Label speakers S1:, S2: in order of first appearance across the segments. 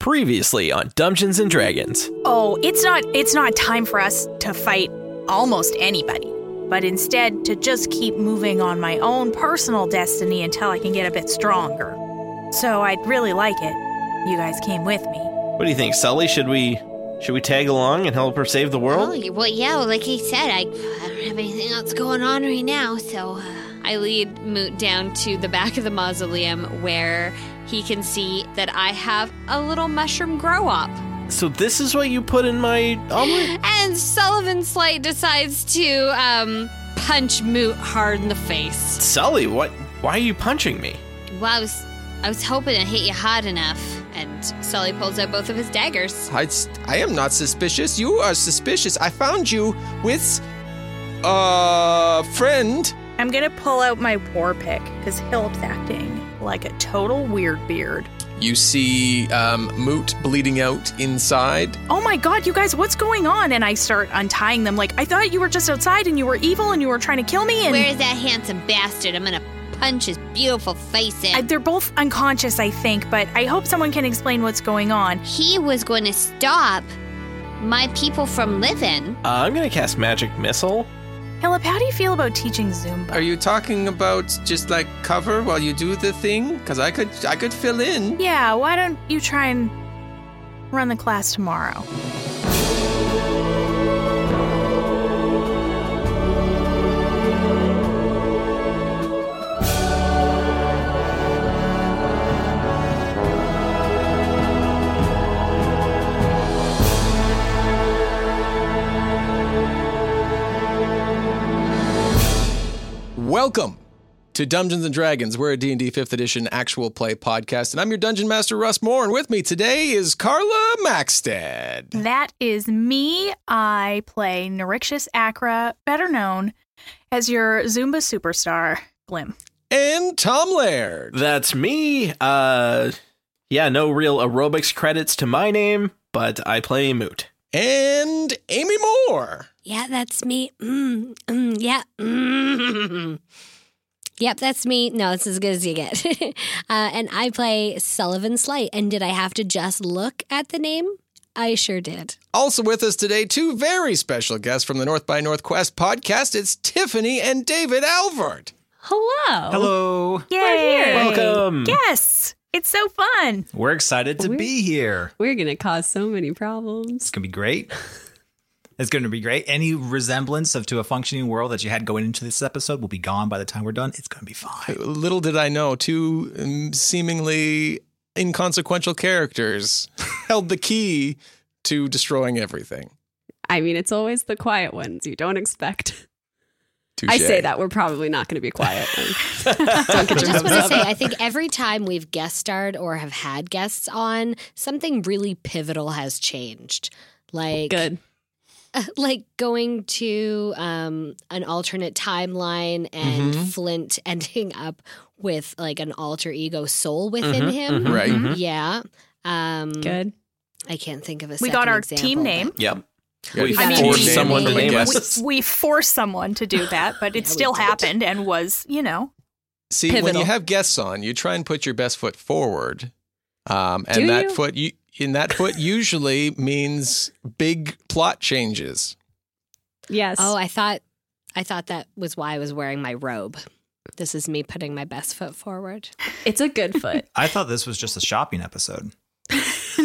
S1: Previously on Dungeons and Dragons.
S2: Oh, it's not it's not time for us to fight almost anybody, but instead to just keep moving on my own personal destiny until I can get a bit stronger. So I'd really like it. You guys came with me.
S3: What do you think, Sully? Should we should we tag along and help her save
S4: Oh,
S3: the world?
S4: y- well, yeah, well, like he said, I, I don't have anything else going on right now, so. Uh, I lead Moot down to the back of the mausoleum where he can see that I have a little mushroom grow up.
S3: So this is what you put in Oh my omelet?
S4: And Sullivan Slight decides to um, punch Moot hard in the face.
S3: Sully, what? Why are you punching me?
S4: Well, I was, I was hoping I hit you hard enough. And Sully pulls out both of his daggers.
S5: I, I am not suspicious. You are suspicious. I found you with a friend.
S2: I'm gonna pull out my war pick because Hilp's acting like a total weird beard.
S5: You see um, Moot bleeding out inside.
S2: Oh my god, you guys, what's going on? And I start untying them. Like I thought you were just outside and you were evil and you were trying to kill me. And
S4: Where's that handsome bastard? I'm gonna punch his beautiful face in.
S2: I, they're both unconscious, I think. But I hope someone can explain what's going on.
S4: he was going to stop my people from living.
S3: Uh, I'm gonna cast magic missile.
S2: Philip, how do you feel about teaching Zumba?
S5: Are you talking about just like cover while you do the thing? Because I could I could fill in.
S2: yeah, why don't you try and run the class tomorrow?
S5: Welcome to Dungeons and Dragons. We're a D&D 5th edition actual play podcast, and I'm your dungeon master Russ Moore, and with me today is Carla Maxted.
S2: That is me. I play Nerixious Acra, better known as your Zumba superstar, Glim.
S5: And Tom Laird.
S3: That's me. Uh, yeah, no real aerobics credits to my name, but I play Moot.
S5: And Amy Moore.
S4: Yeah, that's me. Mm, mm, yeah. Mm. Yep, that's me. No, it's as good as you get. uh, and I play Sullivan Slight. And did I have to just look at the name? I sure did.
S5: Also with us today, two very special guests from the North by Northwest podcast. It's Tiffany and David Alvord.
S2: Oh.
S6: Hello.
S7: Hello.
S2: Yay!
S3: Welcome.
S2: Yes! It's so fun.
S7: We're excited to be here.
S6: We're going to cause so many
S7: It's
S6: problems.
S7: going to be great. It's going to be great. Any resemblance of to a functioning world that you had going into this episode will be gone by the time we're done. It's going to be fine.
S5: Little did I know, Oh, two um, seemingly inconsequential characters held the key to destroying everything.
S6: I mean, it's always the quiet ones you don't expect. I
S5: Touche.
S6: say that we're probably not going to be quiet.
S4: I just want to say, I think every time we've guest starred or have had guests on, something really pivotal has changed. Like,
S6: Good.
S4: like going to um, an alternate timeline and Flint ending up with like an alter ego soul within him.
S5: Right.
S4: Yeah. Um,
S6: Mm-hmm. Good.
S4: I can't think of a.
S2: We got
S4: second
S2: our
S4: example,
S2: team
S4: but-
S2: name.
S3: Yep.
S5: Yeah,
S3: We
S4: I mean,
S3: forced
S4: we-
S3: someone to
S4: we-
S3: name
S5: we-
S3: us.
S2: We forced someone to do that, but it
S4: Yeah, we
S2: still
S4: did.
S2: happened and was, you know.
S5: See, when
S6: Pivotal.
S5: you have guests on, you try and put your best foot forward, um, and
S6: Do
S5: that
S6: you?
S5: foot, you, in that foot, usually means big plot changes.
S6: Yes.
S4: Oh, I thought, I thought that was why I was wearing my robe. This is me putting my best foot forward.
S8: It's a good foot.
S7: I thought this was just a shopping episode.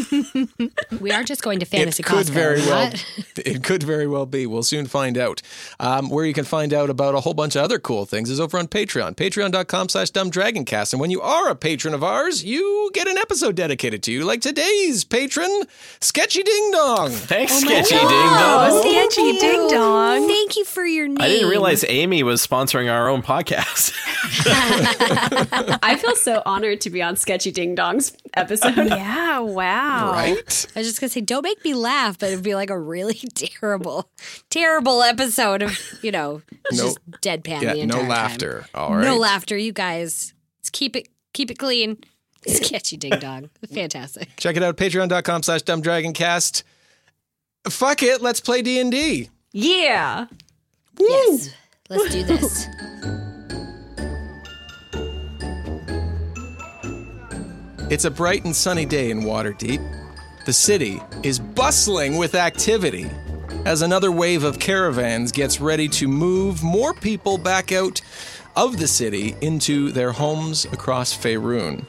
S4: We are just going to fantasy
S5: it could
S4: Costco,
S5: very
S4: we're
S5: well.
S4: not-
S5: It could very well be. We'll soon find out. Um, where you can find out about a whole bunch of other cool things is over on Patreon. Patreon.com slash dumbdragoncast. And when you are a patron of ours, you get an episode dedicated to you, like today's patron, Sketchy Ding Dong.
S9: Thanks, Sketchy Ding
S10: Oh,
S9: Dong.
S4: Thank
S10: sketchy
S4: you.
S10: ding dong.
S4: Thank you for your name.
S9: I didn't realize Amy was sponsoring our own podcast.
S8: I feel so honored to be on Sketchy Ding Dong's
S6: Oh,
S8: episode.
S10: Yeah, wow.
S5: Right?
S4: I was just gonna say, don't make me laugh, but it'd be like a really terrible, terrible episode of you know
S5: No-
S4: just deadpan. the
S5: Yeah,
S4: entire
S5: no
S4: time.
S5: laughter. All right.
S4: No laughter, you guys. Let's keep it keep it clean. Sketchy ding dong. Fantastic.
S5: Check it out, patreon.com slash dumbdragoncast. Fuck it, let's play D&D.
S8: yeah.
S4: Yes. Let's do this.
S5: It's a bright and sunny day in Waterdeep. The city is bustling with activity as another wave of caravans gets ready to move more people back out of the city into their homes across Faerun.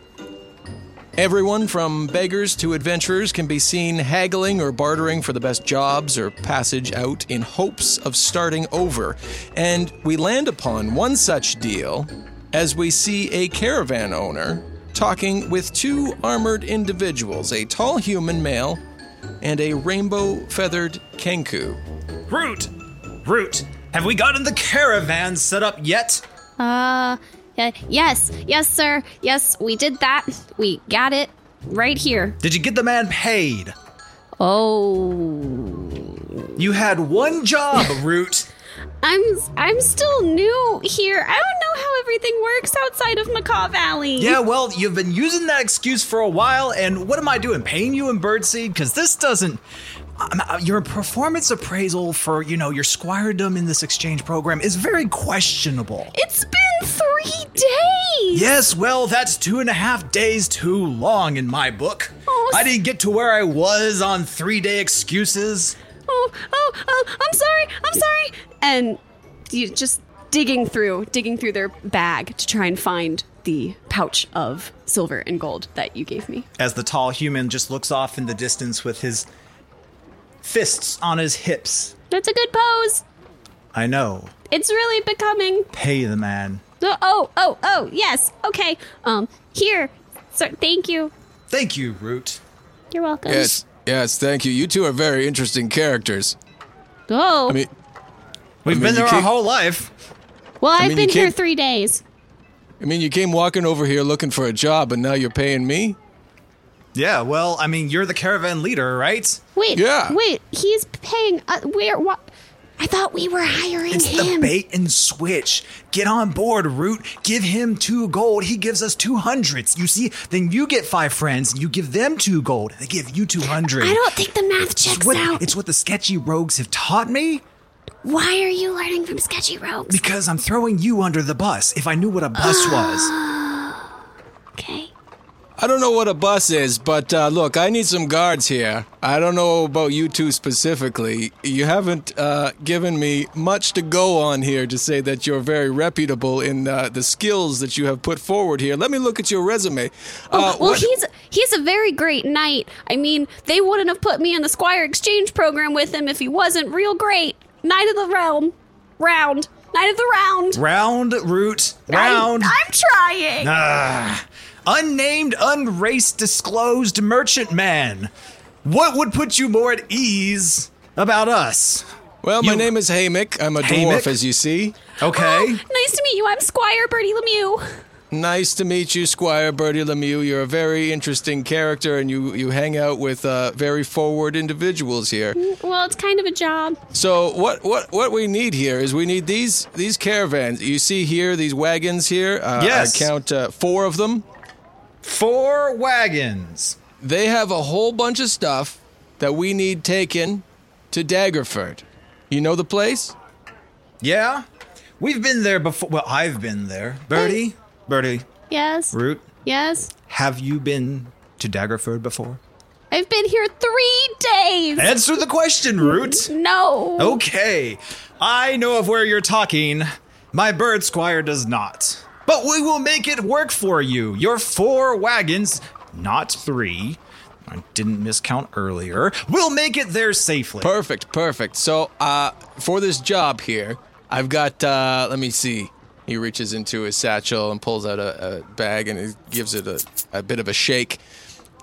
S5: Everyone from beggars to adventurers can be seen haggling or bartering for the best jobs or passage out in hopes of starting over. And we land upon one such deal as we see a caravan owner talking with two armored individuals a tall human male and a rainbow feathered Kenku.
S7: Root! Root! Have we gotten the caravan set up yet?
S6: Uh, yeah, yes, yes, sir. Yes, we did that. We got it right here.
S7: Did you get the man paid?
S6: Oh,
S7: You had one job, Root.
S6: I'm I'm still new here. I don't know how everything works outside of Macaw Valley.
S7: Yeah, well, you've been using that excuse for a while, and what am I doing? Paying you in birdseed? Because this doesn't. I'm- uh, your performance appraisal for, you know, your squiredom in this exchange program is very questionable.
S6: It's been three days.
S7: Yes, well, that's two and a half days too long in my book.
S6: Oh,
S7: I didn't get to where I was on three day excuses.
S8: oh, oh, oh, I'm sorry, I'm sorry. And you just digging through, digging through their bag to try and find the pouch of silver and gold that you gave me.
S7: As the tall human just looks off in the distance with his fists on his hips.
S6: That's a good pose.
S7: I know.
S6: It's really becoming.
S7: Pay the man.
S6: Oh, oh, oh, oh, yes. Okay. Um, here. Sir, thank you.
S7: Thank you, Root.
S6: You're welcome.
S5: yes, thank you. You two are very interesting characters.
S6: Oh.
S7: We've
S5: mean,
S7: been
S5: you
S7: there our
S5: can't-
S7: whole life.
S6: well, I've
S5: mean, you
S6: been here
S5: can't-
S6: three days.
S5: I mean, you came walking over here looking for a job, and now you're paying me?
S7: Yeah, well, I mean, you're the caravan leader, right?
S6: Wait,
S5: Yeah.
S6: wait, he's paying. Uh, where? What? I thought we were hiring
S7: It's the
S6: him.
S7: bait and switch. Get on board, Root. Give him two gold. He gives us two hundreds. You see, then you get five friends. You give them two gold. They give you two hundred.
S6: I don't think the math
S7: It's
S6: checks
S7: what,
S6: out.
S7: it's what the sketchy rogues have taught me
S6: Why are you learning from sketchy rogues?
S7: because I'm throwing you under the bus. If I knew what a bus was,
S6: Uh, okay.
S5: I don't know what a bus is, but uh, look, I need some guards here. I don't know about you two specifically. You haven't uh, given me much to go on here to say that you're very reputable in uh, the skills that you have put forward here. Let me look at your resume.
S6: Oh,
S5: uh,
S6: well,
S5: what-
S6: he's he's a very great knight. I mean, they wouldn't have put me in the Squire Exchange program with him if he wasn't real great. Knight of the realm, round. Knight of the round.
S7: round, Root, round.
S6: I'm, I'm trying.
S7: Ah. unnamed, unraced, disclosed merchant man. What would put you more at ease about us?
S5: well, my
S7: you-
S5: name is Hamick. I'm a
S7: Haymick?
S5: dwarf, as you see.
S7: Okay.
S6: Oh, Nice to meet you. I'm Squire Bertie Lemieux.
S5: Nice to meet you, Squire Bertie Lemieux. You're a very interesting character, and you, you hang out with uh, very forward individuals here.
S6: Well, it's kind of a job.
S5: So what what what we need here is we need these these caravans. You see here these wagons here. Uh,
S7: Yes.
S5: I count uh, four of them.
S7: Four wagons.
S5: They have a whole bunch of stuff that we need taken to Daggerford. You know the place?
S7: Yeah? We've been there before. Well, I've been there. Birdie? Birdie,
S6: Yes.
S7: Root,
S6: Yes.
S7: have you been to Daggerford before?
S6: I've been here three days.
S7: Answer the question, Root.
S6: No.
S7: Okay. I know of where you're talking. My bird squire does not. but we will make it work for you. Your four wagons, not three. I didn't miscount earlier. We'll make it there safely.
S5: Perfect, perfect. So, uh, for this job here, I've got. Uh, let me see. He reaches into his satchel and pulls out a, a bag and he gives it a, a bit of a shake.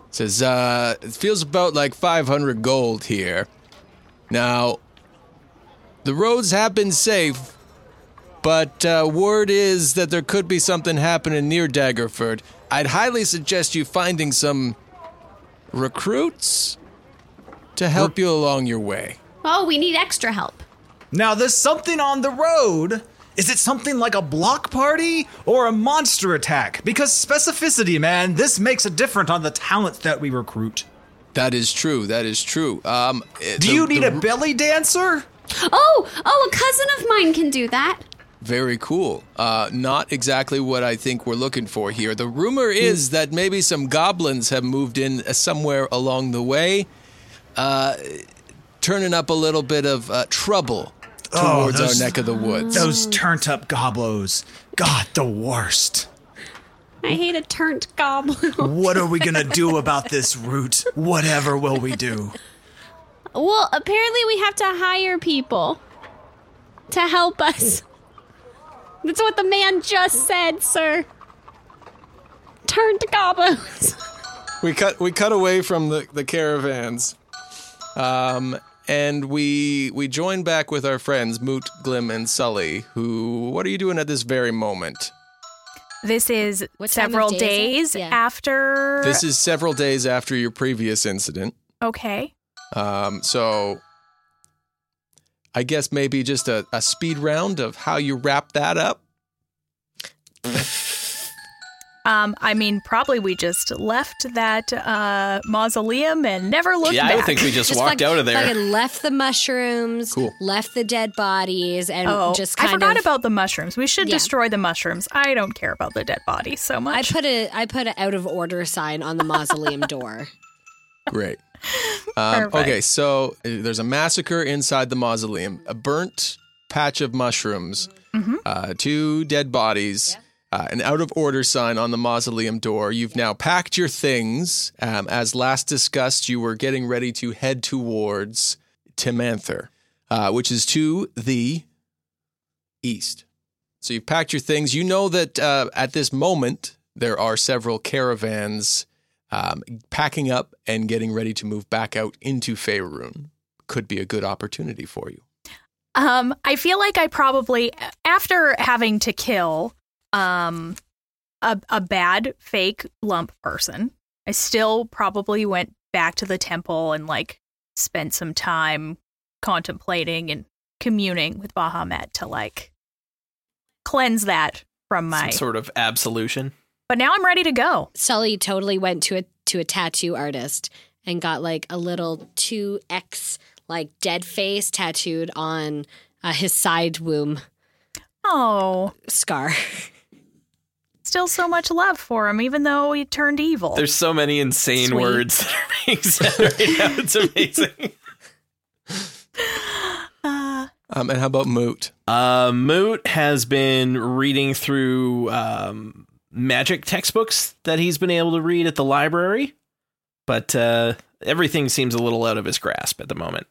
S5: Says, uh, "It feels about like 500 gold here." Now, the roads have been safe, but uh, word is that there could be something happening near Daggerford. I'd highly suggest you finding some recruits to help you along your way.
S6: Oh, we need extra help.
S7: Now, there's something on the road. Is it something like a block party or a monster attack? Because specificity, man, this makes a difference on the talent that we recruit.
S5: That is true. That is true. Um,
S7: Do you need a belly dancer?
S6: Oh, oh, a cousin of mine can do that.
S5: Very cool. Uh, not exactly what I think we're looking for here. The rumor is that maybe some goblins have moved in uh, somewhere along the way, uh, turning up a little bit of uh, trouble
S7: Oh,
S5: towards
S7: those-
S5: our neck of the woods.
S7: Those turned up goblos. God, the worst.
S6: I hate a turnt goblin.
S7: What are we gonna do about this route? Whatever will we do?
S6: well, apparently we have to hire people to help us. That's what the man just said, sir. Turnt goblins.
S5: we cut we cut away from the, the caravans um, and we we join back with our friends moot glim and sully who what are you doing at this very moment
S2: This is
S4: What time of
S2: several
S4: day is it?
S2: days
S4: Yeah.
S2: after.
S5: this is several days after your previous incident
S2: okay.
S5: um, so i guess maybe just a, a speed round of how you wrap that up
S2: Um, I mean, probably we just left that uh, mausoleum and never looked
S3: yeah,
S2: back.
S3: I would think we just,
S4: Just
S3: walked
S4: fuck-
S3: out of there.
S4: Fucking left the mushrooms,
S5: Cool.
S4: left the dead bodies, and
S2: Oh,
S4: just
S2: I
S4: kind
S2: forgot
S4: of.
S2: about the mushrooms. We should
S4: Yeah.
S2: destroy the mushrooms. I don't care about the dead bodies so
S4: I
S2: much.
S4: put a I put an out of order sign on the mausoleum door.
S5: Great. Um,
S2: Perfect.
S5: okay, so uh, there's a massacre inside the mausoleum. A burnt patch of mushrooms, uh, two dead bodies, uh, an out of order sign on the mausoleum door. You've now packed your things. Um, as last discussed, you were getting ready to head towards Timanther, uh, which is to the east. So you've packed your things. You know that uh, at this moment there are several caravans um, packing up and getting ready to move back out into Faerun. Could be a good opportunity for you.
S2: um, I feel like I probably, after having to kill um, a, a bad fake lump person, I still probably went back to the temple and like spent some time contemplating and communing with Bahamut to like cleanse that from my.
S3: Some sort of absolution.
S2: but now I'm ready to go.
S4: Sully totally went to a to a tattoo artist and got like a little two X like dead face tattooed on uh, his side womb
S2: Oh,
S4: scar.
S2: still so much love for him, even though he turned evil.
S3: There's so many insane
S4: Sweet.
S3: words that are being said right now. It's amazing.
S5: Um, and how about Moot?
S3: Uh, Moot has been reading through um, magic textbooks that he's been able to read at the library, but uh, everything seems a little out of his grasp at the moment.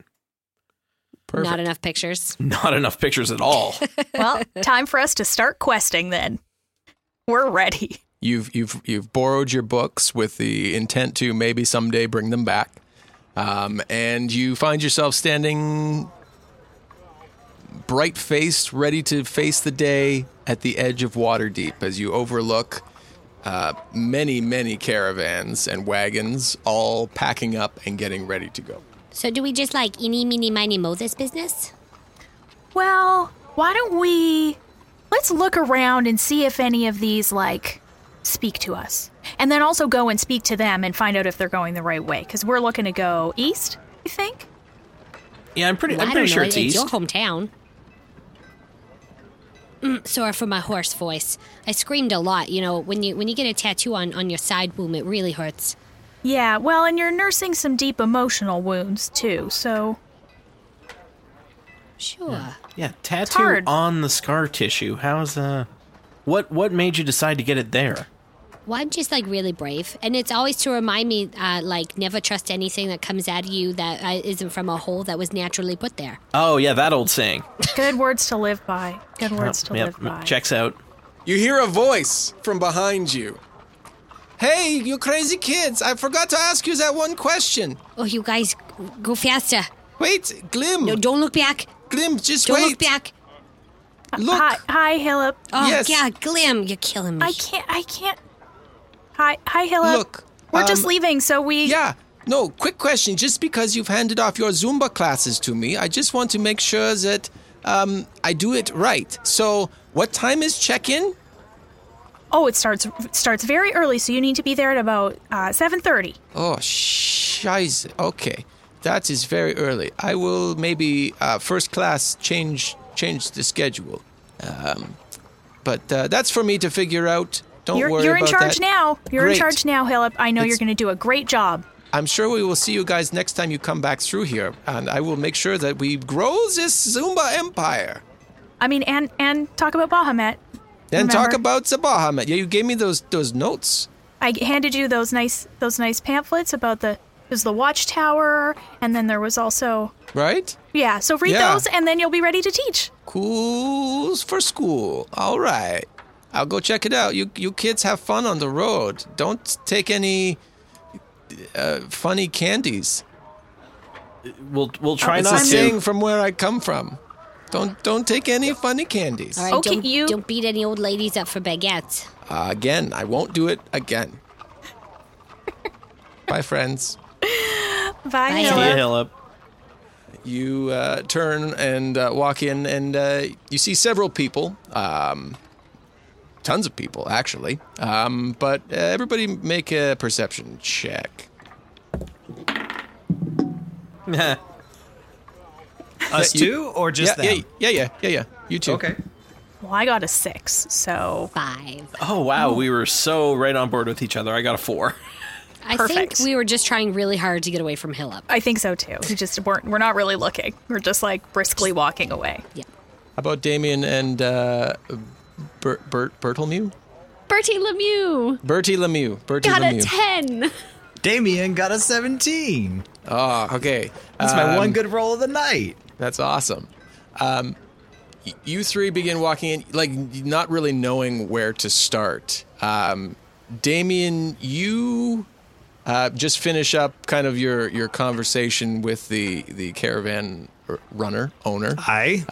S5: Perfect.
S4: Not enough pictures.
S3: Not enough pictures at all.
S2: well, time for us to start questing then. We're ready.
S5: You've you've you've borrowed your books with the intent to maybe someday bring them back, um, and you find yourself standing, bright faced, ready to face the day at the edge of Waterdeep as you overlook uh, many many caravans and wagons all packing up and getting ready to go.
S4: So do we just like eeny meeny miny mo this business?
S2: Well, why don't we let's look around and see if any of these like speak to us. And then also go and speak to them and find out if they're going the right way cuz we're looking to go east, I think.
S3: Yeah, I'm pretty.
S4: Well,
S3: I'm
S4: I
S3: pretty
S4: don't
S3: sure
S4: know.
S3: it's
S4: It's
S3: east.
S4: your hometown. Mm, sorry for my hoarse voice. I screamed a lot. You know, when you when you get a tattoo on on your side womb, it really hurts.
S2: Yeah, well, and you're nursing some deep emotional wounds too. So,
S4: Sure.
S3: Yeah, tattoo
S2: hard.
S3: on the scar tissue. How's uh? What what made you decide to get it there?
S4: Well, I'm just like really brave, and it's always to remind me, uh, like, never trust anything that comes at you that uh, isn't from a hole that was naturally put there.
S3: Oh yeah, that old saying.
S10: Good words to live by. Good words to
S3: Yep,
S10: live by.
S3: checks out.
S5: You hear a voice from behind you. Hey, you crazy kids, I forgot to ask you that one question.
S4: Oh, you guys, go faster!
S5: Wait, Glim,
S4: No, don't look back!
S5: Glim, just
S4: Don't
S5: wait.
S4: look back!
S5: Look.
S10: Hi, hi, Hillip.
S4: Oh
S5: Yes.
S4: yeah, Glim, you're killing me.
S10: I can't. I can't. Hi, hi, Hillip.
S5: Look,
S10: we're just
S5: um,
S10: leaving, so we.
S5: Yeah. No, quick question. Just because you've handed off your Zumba classes to me, I just want to make sure that um, I do it right. So, what time is check in?
S10: Oh, it starts starts very early, so you need to be there at about uh, seven thirty.
S5: Oh, scheiße. Okay. That is very early. I will maybe uh, first class change change the schedule. Um, but uh, that's for me to figure out. Don't
S10: You're
S5: worry
S10: you're in
S5: about
S10: charge
S5: that.
S10: now. You're in
S5: Great.
S10: charge now, Hillip. I know you're
S5: It's-
S10: going to do a great job.
S5: I'm sure we will see you guys next time you come back through here, and I will make sure that we grow this Zumba empire.
S10: I mean, and and talk about Bahamut.
S5: Then talk
S10: Remember.
S5: about the Bahamut. Yeah, you gave me those those notes.
S10: I handed you those nice those nice pamphlets about the it was the watchtower, and then there was also
S5: Right?
S10: yeah. So read
S5: Yeah.
S10: those, and then you'll be ready to teach.
S5: Cools for school. All right. I'll go check it out. You you kids have fun on the road. Don't take any uh, funny candies.
S3: We'll we'll try
S5: It's
S3: not
S5: a
S3: to.
S5: saying from where I come from. Don't don't take any funny candies.
S4: All right,
S10: Okay,
S4: don't,
S10: you-
S4: don't beat any old ladies up for baguettes.
S5: Uh, again, I won't do it again. Bye, friends.
S10: Bye,
S4: Bye,
S3: See
S10: Hillip.
S3: ya, Hillip.
S5: You uh, turn and uh, walk in, and uh, you see several people. Um, tons of people, actually. Um, but uh, everybody make a perception check.
S7: Us
S5: Yeah, you-
S7: two or just
S5: yeah,
S7: them?
S5: yeah, yeah, yeah, yeah, yeah. You too.
S7: Okay.
S10: Well, I got a six, so
S4: Five.
S3: Oh wow, we were so right on board with each other. I got a four.
S4: I
S10: Perfect.
S4: think we were just trying really hard to get away from Hillup.
S10: I think so too. We just weren't. We're not really looking. We're just like briskly walking away.
S5: How about Damien and uh, Bert, Bert, Bertolmew?
S6: Bertie Lemieux
S5: Bertie Lemieux. Bertie
S6: got a
S5: Lemieux.
S6: 10.
S7: Damien got a 17.
S5: oh, okay.
S7: That's my
S5: Um,
S7: one good roll of the night.
S5: That's awesome. Um, y- you three begin walking in, like not really knowing where to start. Um, Damien, you uh, just finish up kind of your, your conversation with the the caravan r- runner owner,
S7: I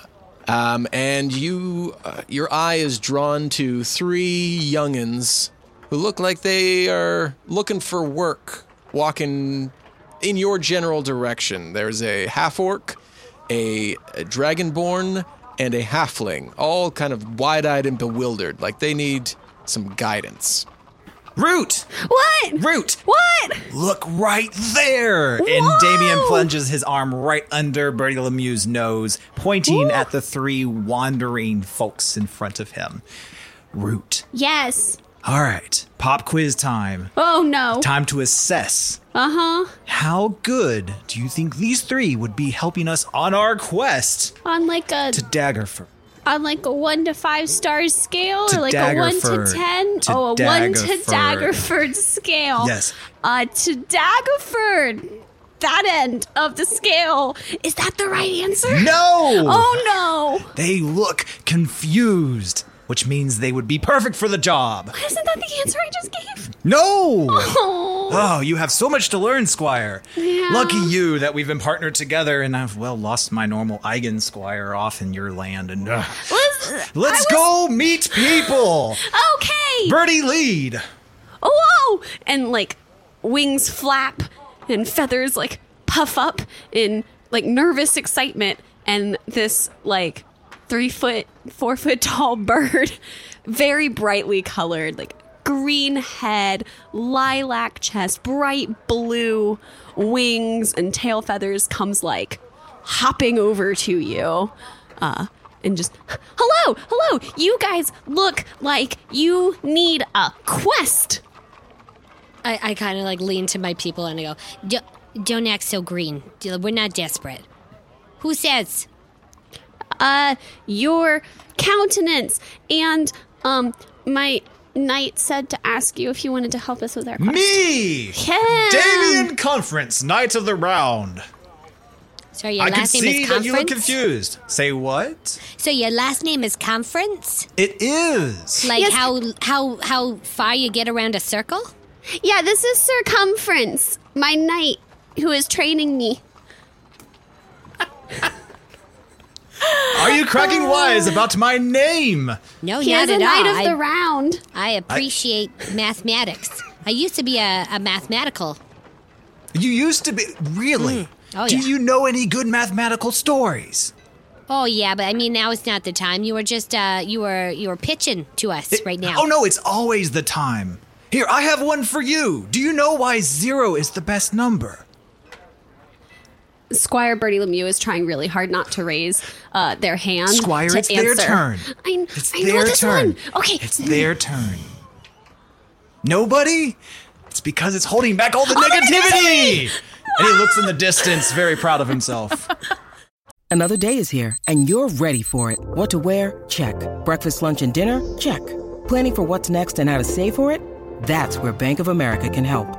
S5: um, and you uh, your eye is drawn to three youngins who look like they are looking for work, walking in your general direction. There's a half orc, a, a dragonborn, and a halfling, all kind of wide eyed and bewildered, like they need some guidance.
S7: Root!
S6: What?
S7: Root!
S6: What?
S7: Look right there! And Damien plunges his arm right under Bertie Lemieux's nose, pointing at the three wandering folks in front of him. Root.
S6: Yes.
S7: All right, pop quiz time.
S6: Oh no.
S7: Time to assess.
S6: Uh huh.
S7: How good do you think these three would be helping us on our quest
S6: On like a
S7: to Daggerford?
S6: on like a one to five stars scale,
S7: To
S6: or like a one
S7: Daggerford.
S6: to ten.
S7: To
S6: oh, a one to
S7: Daggerford.
S6: Daggerford scale.
S7: Yes.
S6: Uh, to Daggerford. That end of the scale. Is that the right answer?
S7: No!
S6: Oh no!
S7: They look confused, which means they would be perfect for the job.
S6: Isn't that the answer I just gave?
S7: No!
S6: Oh.
S7: Oh, you have so much to learn, Squire. Lucky you that we've been partnered together, and I've well lost my normal Eigen Squire off in your land. And uh,
S6: Was-
S7: let's go meet people.
S6: okay.
S7: Birdie lead.
S6: Oh, whoa! And like wings flap and feathers like puff up in like nervous excitement. And this like three foot, four foot tall bird, very brightly colored, like green head, lilac chest, bright blue wings and tail feathers comes like hopping over to you. Uh, and just, hello, hello, you guys look like you need a quest.
S4: I, I kind of like lean to my people and I go, "Don't- don't act so green. We're not desperate. Who says?
S6: uh, your countenance and Um, my knight said to ask you if you wanted to help us with our quest.
S7: Me!
S6: Yeah.
S7: Damien Conference, Knight of the Round.
S4: So your
S7: I can
S4: last name
S7: see
S4: is
S7: that you look
S4: Conference.
S7: confused. Say what?
S4: so your last name is Conference,
S7: It is.
S4: like
S6: Yes.
S4: how how how far you get around a circle.
S6: Yeah, this is Circumference, my knight who is training me.
S7: Are you cracking wise about my name?
S4: No,
S6: He
S4: Oh, not
S6: is a
S4: at
S6: knight
S4: all.
S6: of the
S4: I,
S6: round.
S4: I appreciate mathematics. I used to be a, a mathematical.
S7: You used to be. Really?
S4: Oh,
S7: Do
S4: yeah.
S7: you know any good mathematical stories?
S4: Oh yeah, but I mean now it's not the time. You were just uh, you were you were pitching to us right now.
S7: Oh, no, it's always the time. Here, I have one for you. Do you know why zero is the best number?
S8: Squire Bertie Lemieux is trying really hard not to raise uh, their hand.
S7: Squire,
S8: to
S7: it's their
S8: answer.
S7: turn.
S6: I,
S7: It's
S6: I
S7: their
S6: know this
S7: turn.
S6: one. Okay.
S7: It's their turn. Nobody? It's because it's holding back
S6: Oh,
S7: all the negativity! and he looks in the distance, very proud of himself.
S11: Another day is here, and you're ready for it. What to wear? Check. Breakfast, lunch, and dinner? Check. Planning for what's next and how to save for it? That's where Bank of America can help.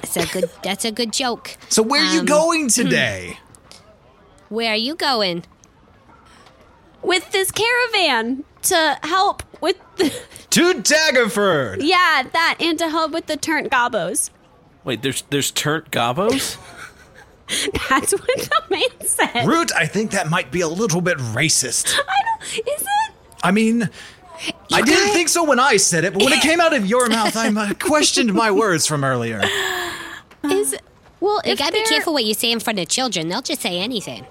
S4: That's a good. That's a good joke.
S7: So, where are you
S4: Um,
S7: going today?
S4: Where are you going?
S6: With this caravan to help with the,
S7: to Daggerford!
S6: yeah, that and to help with the turnt gobos.
S9: Wait, there's there's turnt gobos?
S6: That's what the man said.
S7: Root, I think that might be a little bit racist.
S6: I don't is it?
S7: I mean, I didn't think so when I said it, but when it came out of your mouth, I uh, questioned my words from earlier.
S6: Is well,
S4: You
S6: if
S4: gotta be
S6: they're-
S4: careful what you say in front of children. They'll just say anything.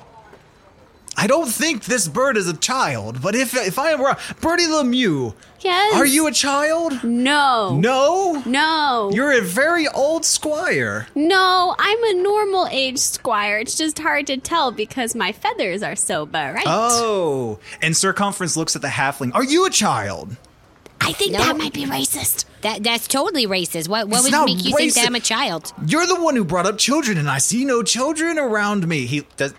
S7: I don't think this bird is a child, but if if I were Birdie Lemieux,
S6: Yes.
S7: are you a child?
S6: No.
S7: No,
S6: No.
S7: you're a very old squire.
S6: no, I'm a normal age squire. It's just hard to tell because my feathers are so bright.
S7: Oh, and circumference looks at the halfling. Are you a child?
S6: I think
S4: No.
S6: that might be racist.
S4: That that's totally racist. What what
S7: It's
S4: would
S7: not
S4: make you think
S7: racist.
S4: that I'm a child?
S7: You're the one who brought up children, and I see no children around me. He does.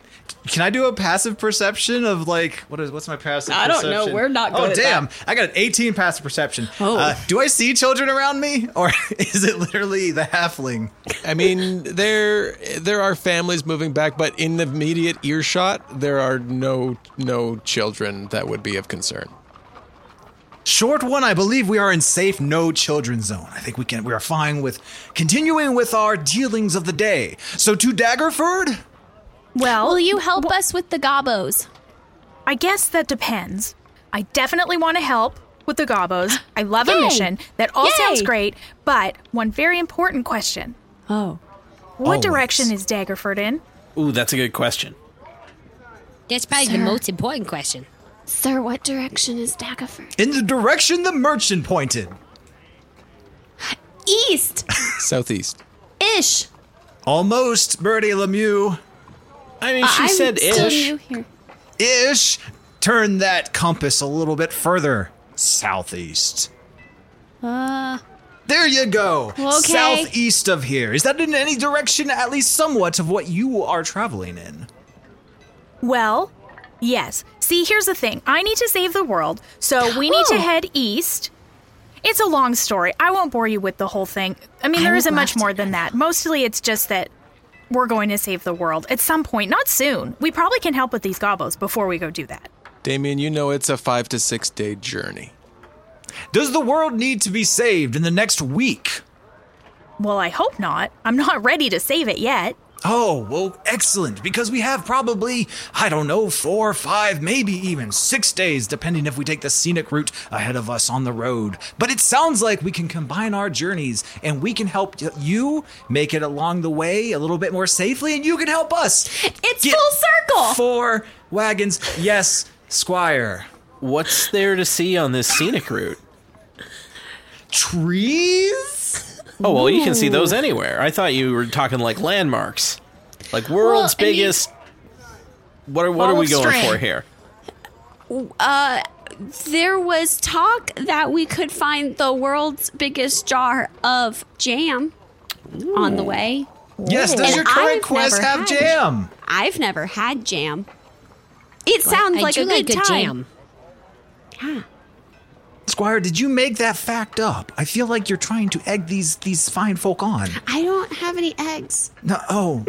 S7: Can I do a passive perception of like what is what's my passive?
S8: I don't know.
S7: perception?
S8: We're not
S7: Oh
S8: good at
S7: damn! I got an 18 passive perception. Oh, uh, do I see children around me, or is it literally the halfling?
S5: I mean, there there are families moving back, but in the immediate earshot, there are no no children that would be of concern.
S7: Short one, I believe we are in safe no children zone. I think we can we are fine with continuing with our dealings of the day. So to Daggerford?
S6: Well, will you help us with the gobos?
S2: I guess that depends. I definitely want to help with the gobos. I love a
S6: Yay.
S2: mission. That all
S6: Yay.
S2: sounds great, but one very important question.
S8: Oh.
S2: What
S7: Always.
S2: direction is Daggerford in?
S9: Ooh, that's a good question.
S4: That's probably the most important question.
S6: Sir, what direction is Daggerford?
S7: In the direction the merchant pointed.
S6: East
S5: Southeast.
S6: ish.
S7: Almost, Birdie Lemieux.
S9: I mean, she said
S6: Uh, still
S9: ish.
S6: new here.
S7: Ish. Turn that compass a little bit further. Southeast.
S6: Uh,
S7: There you go.
S6: Okay.
S7: Southeast of here. Is that in any direction, at least somewhat, of what you are traveling in?
S2: Well, yes. See, here's the thing. I need to save the world, so we need
S6: Oh.
S2: to head east. It's a long story. I won't bore you with the whole thing. I mean, there
S6: would
S2: isn't much
S6: love to
S2: more than that. Mostly it's just that we're going to save the world at some point, not soon. We probably can help with these gobos before we go do that.
S5: Damien, you know it's a five to six day journey.
S7: Does the world need to be saved in the next week?
S2: Well, I hope not. I'm not ready to save it yet.
S7: Oh, well, excellent, because we have probably, I don't know, four, five, maybe even six days, depending if we take the scenic route ahead of us on the road. But it sounds like we can combine our journeys and we can help y- you make it along the way a little bit more safely, and you can help us.
S6: It's full circle.
S7: Four wagons. Yes, Squire.
S9: What's there to see on this scenic route?
S7: trees?
S3: Oh well, you can see those anywhere. I thought you were talking like landmarks, like world's
S6: Well, I mean-
S3: biggest. what are what are
S6: Ball
S3: we
S6: of
S3: going for
S6: string.
S3: here?
S6: Uh, there was talk that we could find the world's biggest jar of jam on the way.
S7: Yes, does
S6: And
S7: your current
S6: I've
S7: quest
S6: never
S7: have
S6: had-
S7: jam?
S6: I've never had jam. It sounds
S4: I
S6: like
S4: do
S6: a good
S4: like good
S6: time.
S4: jam.
S7: Squire, did you make that fact up? I feel like you're trying to egg these these fine folk on.
S6: I don't have any eggs.
S7: No, oh,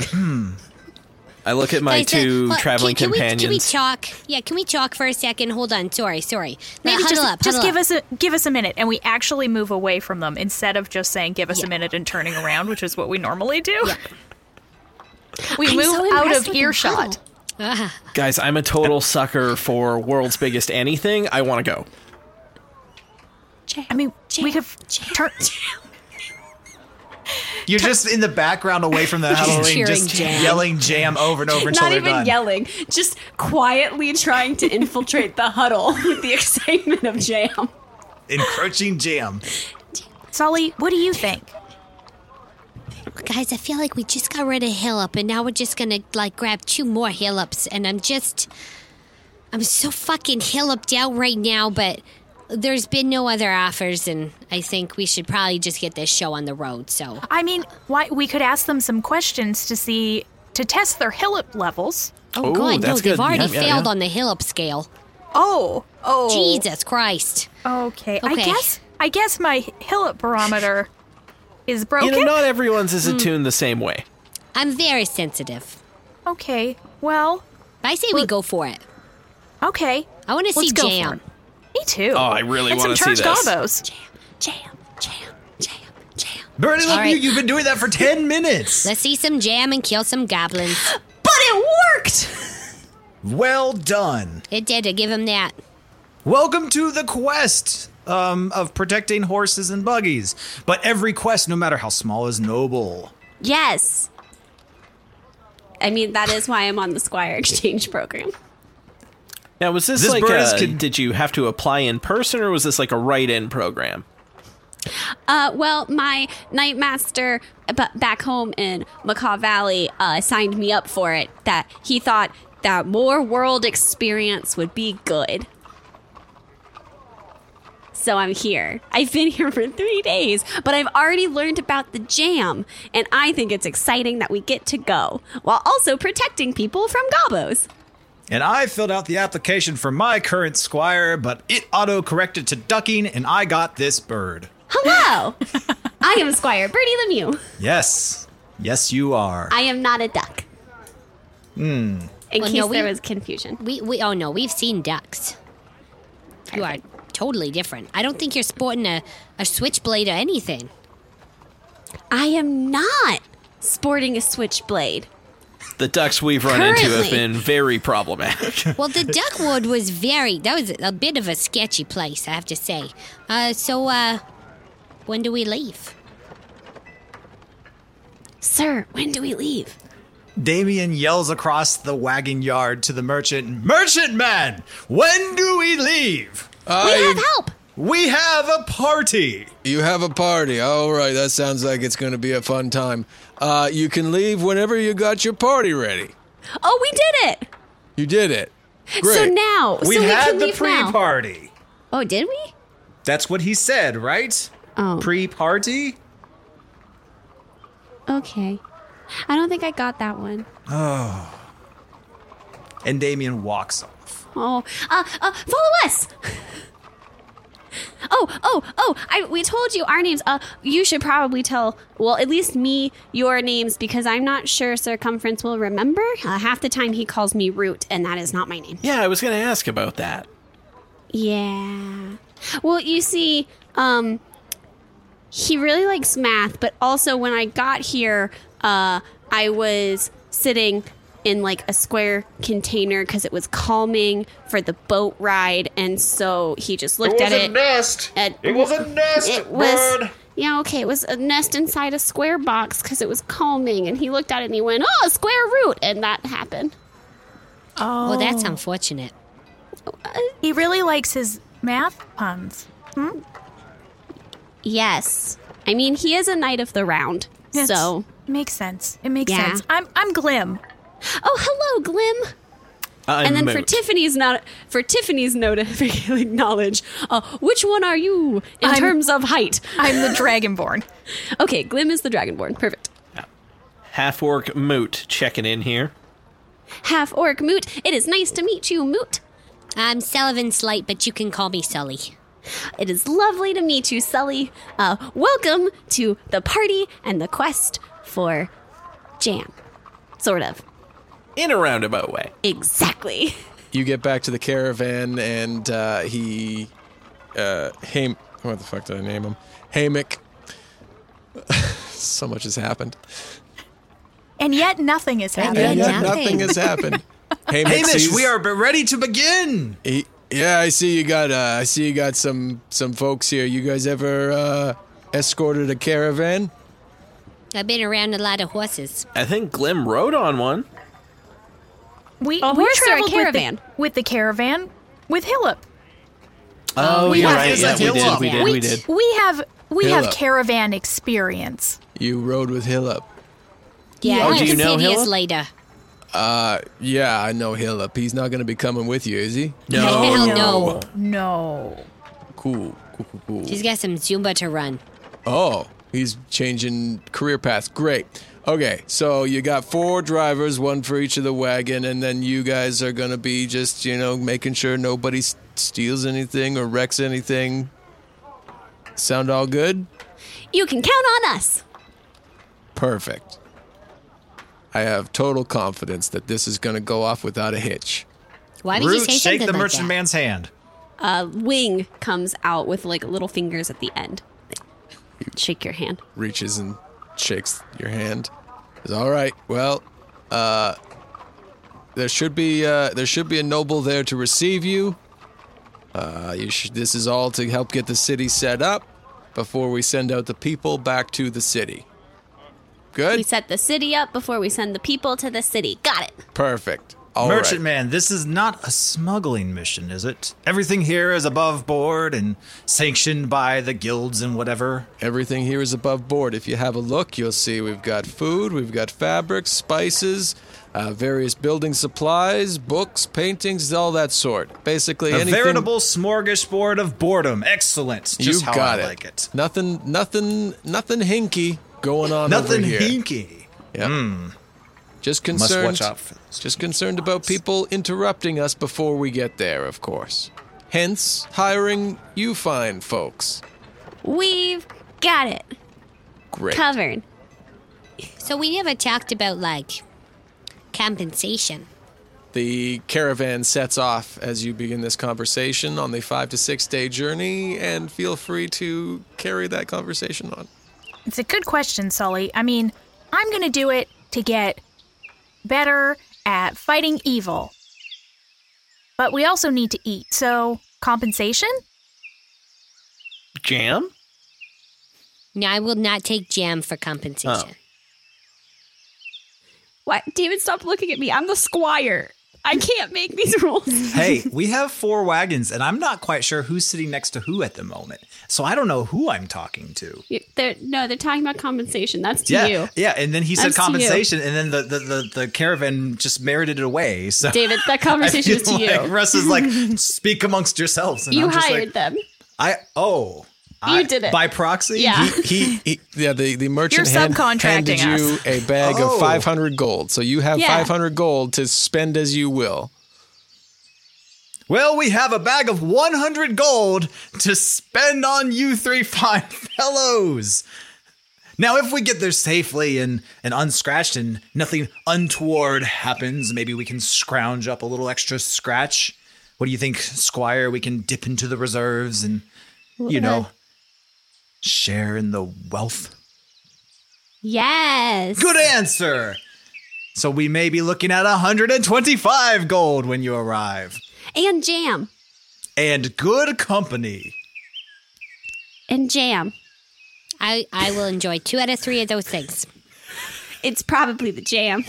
S3: I look at my
S4: Guys, uh,
S3: two
S4: well,
S3: traveling
S4: can, can
S3: companions.
S4: We, can we chalk? Yeah, can we chalk for a second? Hold on. Sorry, sorry. Now,
S2: Maybe
S4: huddle
S2: just,
S4: up.
S2: just
S4: huddle
S2: give
S4: up.
S2: us a give us a minute, and we actually move away from them instead of just saying "give us a minute" and turning around, which is what we normally do. We
S4: I'm
S2: move
S4: so
S2: out
S4: impressed
S2: of
S4: with the
S2: earshot.
S4: huddle.
S3: Guys, I'm a total sucker for world's biggest anything. I want to go.
S6: Jam.
S2: I mean, we could turn.
S7: you're just in the background away from the huddle and
S4: cheering
S7: just
S4: jam.
S7: yelling jam over and over until
S8: Not
S7: they're
S8: even
S7: done.
S8: yelling, just quietly trying to infiltrate the huddle with the excitement of jam.
S7: Encroaching jam.
S2: Sully, what do you think?
S4: Guys, I feel like we just got rid of Hillop, and now we're just gonna like grab two more Hillops, and I'm just, I'm so fucking Hilloped out right now. But there's been no other offers, and I think we should probably just get this show on the road. So
S2: I mean, why we could ask them some questions to see to test their Hillip levels.
S4: Oh,
S3: Ooh,
S4: God, no,
S3: that's
S4: they've
S3: good.
S4: already
S3: Yeah, yeah,
S4: failed
S3: yeah.
S4: on the Hillop scale.
S2: Oh, oh,
S4: Jesus Christ.
S2: Okay. I
S4: Okay.
S2: guess I guess my Hillip barometer is
S3: You
S2: broken.
S3: know, not everyone's is attuned the same way.
S4: Hmm. I'm very sensitive.
S2: okay. Well,
S4: But I say we go for it.
S2: okay.
S4: I want to see
S2: Let's go for
S4: Jam.
S2: it. Me too.
S3: Oh, I really
S2: and
S3: wanna
S2: some
S3: see
S2: church
S3: this.
S2: gobos.
S4: Jam, jam, jam, jam.
S7: Bernie, look,
S4: All
S7: you,
S4: right.
S7: you've been doing that for 10 minutes.
S4: Let's see some jam and kill some goblins.
S8: But it worked!
S7: well done.
S4: It did. I give him that.
S7: Welcome to the quest um, of protecting horses and buggies. But every quest, no matter how small, is noble.
S6: Yes. I mean, that is why I'm on the Squire Exchange program.
S3: Now, was this,
S7: This
S3: like
S7: bird is
S3: a,
S7: con-
S3: did you have to apply in person, or was this like a write-in program?
S6: Uh, well, my night master uh, b- back home in Macaw Valley uh, signed me up for it. That he thought that more world experience would be good. So I'm here. I've been here for three days, but I've already learned about the jam, and I think it's exciting that we get to go while also protecting people from gobos.
S7: And I filled out the application for my current squire, but it auto corrected to ducking, and I got this bird.
S6: Hello, I am Squire Bertie Lemieux.
S7: Yes. Yes, you are. Hmm.
S6: I am not a duck. In
S4: Well,
S6: case
S4: no, we-
S6: there was confusion.
S4: We, we oh no, we've seen ducks. You are totally different. I don't think you're sporting a, a switchblade or anything.
S6: I am not sporting a switchblade.
S3: The ducks we've run into have
S4: Currently.
S3: been very problematic.
S4: Well, the duckwood was very that was a bit of a sketchy place, I have to say. Uh, so uh, when do we leave?
S6: Sir, when do we leave?
S7: Damien yells across the wagon yard to the merchant Merchantman, when do we leave?
S5: Uh,
S4: we have help.
S7: We have a party.
S5: You have a party. All right, that sounds like it's going to be a fun time. Uh, you can leave whenever you got your party ready.
S6: Oh, we did it!
S5: You did it. Great.
S6: So now,
S7: We
S6: so we
S7: had
S6: can
S7: the
S6: leave
S7: pre
S6: now.
S7: party.
S6: Oh, did we?
S7: That's what he said, right?
S6: Oh,
S7: Pre party?
S6: okay. I don't think I got that one.
S7: Oh. And Damien walks off.
S6: Oh, uh, uh follow us. oh, oh, oh! I we told you our names. Uh, you should probably tell. Well, at least me your names because I'm not sure circumference will remember. Uh, half the time he calls me root, and that is not my name.
S3: yeah, I was going to ask about that.
S6: Yeah. Well, you see, um, he really likes math, but also when I got here, uh, I was sitting in like a square container because it was calming for the boat ride, and so he just looked at it.
S7: nest.
S6: and-
S7: nest.
S6: It was. Yeah, okay. It was a nest inside a square box because it was calming, and he looked at it and he went, "Oh, a square root," and that happened.
S4: Oh, that's unfortunate.
S2: Hmm? He really likes his math puns.
S6: Yes. I mean, he is a knight of the round.
S2: Yes.
S6: So.
S2: Makes sense. It makes
S6: Yeah.
S2: sense. I'm I'm glim.
S6: Oh, hello, Glim.
S3: I'm
S6: and then for
S3: moot.
S6: Tiffany's not for Tiffany's note knowledge, uh, which one are you in
S2: I'm-
S6: terms of height?
S2: I'm the dragonborn.
S6: Okay, Glim is the dragonborn. Perfect.
S3: Half orc moot checking in here.
S6: Half orc Moot. It is nice to meet you, Moot.
S4: I'm Sullivan Slight, but you can call me Sully.
S6: It is lovely to meet you, Sully. Uh, welcome to the party and the quest for jam. Sort of.
S3: In a roundabout way.
S6: Exactly.
S5: You get back to the caravan, and uh, he, uh, Ham. What the fuck did I name him? Hamick. so much has happened.
S2: And yet nothing is happening.
S4: yet
S5: Yeah,
S4: nothing.
S5: nothing has happened. Hamick
S7: Hamish,
S5: sees-
S7: we are be- ready to begin.
S5: He, yeah, I see you got. Uh, I see you got some some folks here. You guys ever uh, escorted a caravan?
S4: I've been around a lot of horses.
S3: I think Glim rode on one.
S2: We
S6: A
S2: we
S6: horse or a
S2: traveled
S6: caravan?
S2: With, the, with the caravan with Hillip.
S3: Oh,
S7: you're right. Yeah, we did, we
S4: did, we
S3: did.
S2: We have we have
S5: Hillip.
S2: caravan experience.
S5: You rode with Hillip.
S4: Yeah,
S3: Oh,
S4: I
S3: do you
S4: can
S3: know
S4: see
S3: Hilla?
S4: years later.
S5: Uh, Yeah, I know Hillip. He's not going to be coming with you, is he?
S4: Hell no.
S2: No.
S5: Cool. Cool. Cool. cool.
S4: She's got some Zumba to run.
S5: Oh, he's changing career path. Great. Okay, so you got four drivers, one for each of the wagon, and then you guys are going to be just, you know, making sure nobody s- steals anything or wrecks anything. Sound all good?
S6: You can count on us.
S5: Perfect. I have total confidence that this is going to go off without a hitch.
S4: Why would you
S7: Root,
S4: say
S7: shake
S4: something
S7: the
S4: like
S7: merchant
S4: that?
S7: man's hand.
S6: A wing comes out with like little fingers at the end. Shake your hand.
S5: Reaches and shakes your hand. Says, all right. Well, uh, there should be uh, there should be a noble there to receive you. Uh, you sh- this is all to help get the city set up before we send out the people back to the city.
S6: We
S5: Good.
S6: set the city up before we send the people to the city. Got it.
S5: Perfect. All right.
S7: Merchant man, this is not a smuggling mission, is it? Everything here is above board and sanctioned by the guilds and whatever.
S5: Everything here is above board. If you have a look, you'll see we've got food, we've got fabrics, spices, uh, various building supplies, books, paintings, all that sort. Basically,
S7: A
S5: anything.
S7: veritable smorgasbord of boredom. Excellent. Just
S5: you
S7: how
S5: got
S7: I
S5: it.
S7: like it.
S5: Nothing, nothing, nothing hinky going on
S7: Nothing
S5: over here.
S7: hinky. Hmm.
S5: Yep. Just
S7: Must
S5: concerned.
S7: watch out for this.
S5: Just concerned about people interrupting us before we get there, of course. Hence, hiring you fine folks.
S6: We've got it
S5: Great.
S6: covered.
S4: So we never talked about like compensation.
S5: The caravan sets off as you begin this conversation on the five to six day journey, and feel free to carry that conversation on.
S2: It's a good question, Sully. I mean, I'm going to do it to get better at fighting evil. But we also need to eat, so compensation?
S3: Jam?
S4: No, I will not take jam for compensation.
S6: Oh. Why, David, stop looking at me. I'm the squire. I can't make these rules.
S7: hey, we have four wagons, and I'm not quite sure who's sitting next to who at the moment. So I don't know who I'm talking to.
S6: You- they're, no, they're talking about compensation. That's to
S7: Yeah,
S6: you.
S7: yeah. And then he said
S6: That's to you.
S7: compensation, and then the, the, the, the caravan just merited it away. So
S6: David, that
S7: I
S6: conversation is
S7: feel
S6: to
S7: like
S6: you.
S7: Russ is like, speak amongst yourselves. And
S6: You
S7: I'm just
S6: hired
S7: like,
S6: them.
S7: I oh,
S6: You
S7: I-
S6: did it.
S7: by proxy.
S6: Yeah.
S5: He, he, E, yeah, the, the merchant
S2: You're
S5: hand-
S2: subcontracting
S5: handed you a bag
S7: Oh.
S5: of 500 gold. So you have
S6: Yeah.
S5: 500 gold to spend as you will.
S7: Well, we have a bag of 100 gold to spend on you three fine fellows. Now, if we get there safely and, and unscratched and nothing untoward happens, maybe we can scrounge up a little extra scratch. What do you think, Squire? We can dip into the reserves and, you know, share in the wealth.
S6: Yes.
S7: Good answer. So we may be looking at 125 gold when you arrive.
S6: And jam.
S7: And good company.
S6: And jam.
S4: I, I will enjoy two out of three of those things.
S6: It's probably the jam.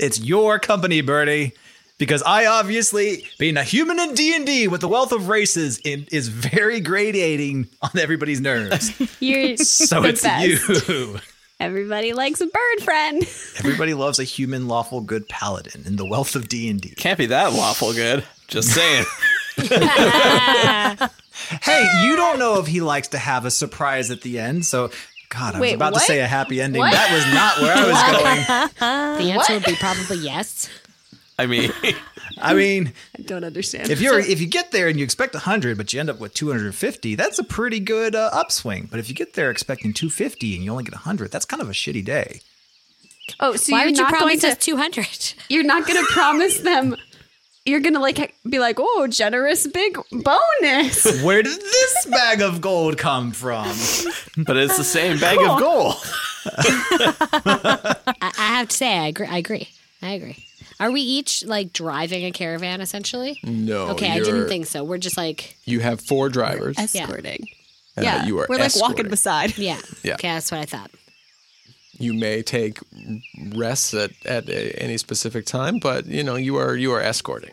S7: It's your company, Bertie. because I obviously, being a human in D and D with the wealth of races, in, is very gradating on everybody's nerves.
S6: You're
S7: so
S6: the
S7: it's
S6: best.
S7: you.
S6: Everybody likes a bird friend.
S7: Everybody loves a human lawful good paladin in the wealth of D and D.
S3: Can't be that waffle good. Just saying.
S7: Hey, you don't know if he likes to have a surprise at the end. So, God, I was
S6: Wait,
S7: about to
S6: what?
S7: say a happy ending.
S6: What?
S7: That was not where I was going.
S4: The answer would be probably yes.
S3: I mean,
S7: I mean,
S8: I don't understand.
S7: if you're if you get there and you expect 100 but you end up with 250 that's a pretty good uh, upswing but if you get there expecting 250 and you only get 100 that's kind of a shitty day
S8: oh, so
S4: Why
S8: you're
S4: would you
S8: not going
S4: promise
S8: to
S4: us 200?
S8: you're not going to promise them. You're going to like be like, oh, generous big bonus.
S7: where did this bag of gold come from
S3: but it's the same bag of gold.
S4: I, I have to say, I agree. I agree. I agree. Are we each like driving a caravan essentially?
S5: No.
S4: okay, I
S5: you're-
S4: didn't think so. We're just like,
S5: You have four drivers.
S8: Escorting.
S5: and you are
S8: we're like walking
S5: escorting.
S8: beside.
S4: yeah.
S5: Yeah.
S4: Okay, that's what I thought.
S5: You may take rests at, at a- any specific time, but you know you are you are escorting.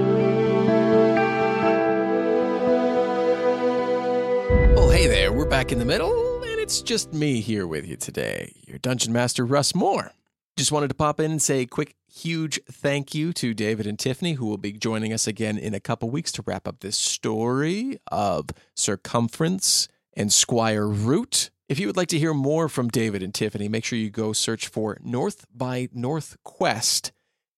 S5: Well, Oh, hey there. We're back in the middle, and it's just me here with you today. Your dungeon master, Russ Moore. Just wanted to pop in and say a quick, huge thank you to David and Tiffany, who will be joining us again in a couple weeks to wrap up this story of Circumference and Squire Root. If you would like to hear more from David and Tiffany, make sure you go search for North by Northwest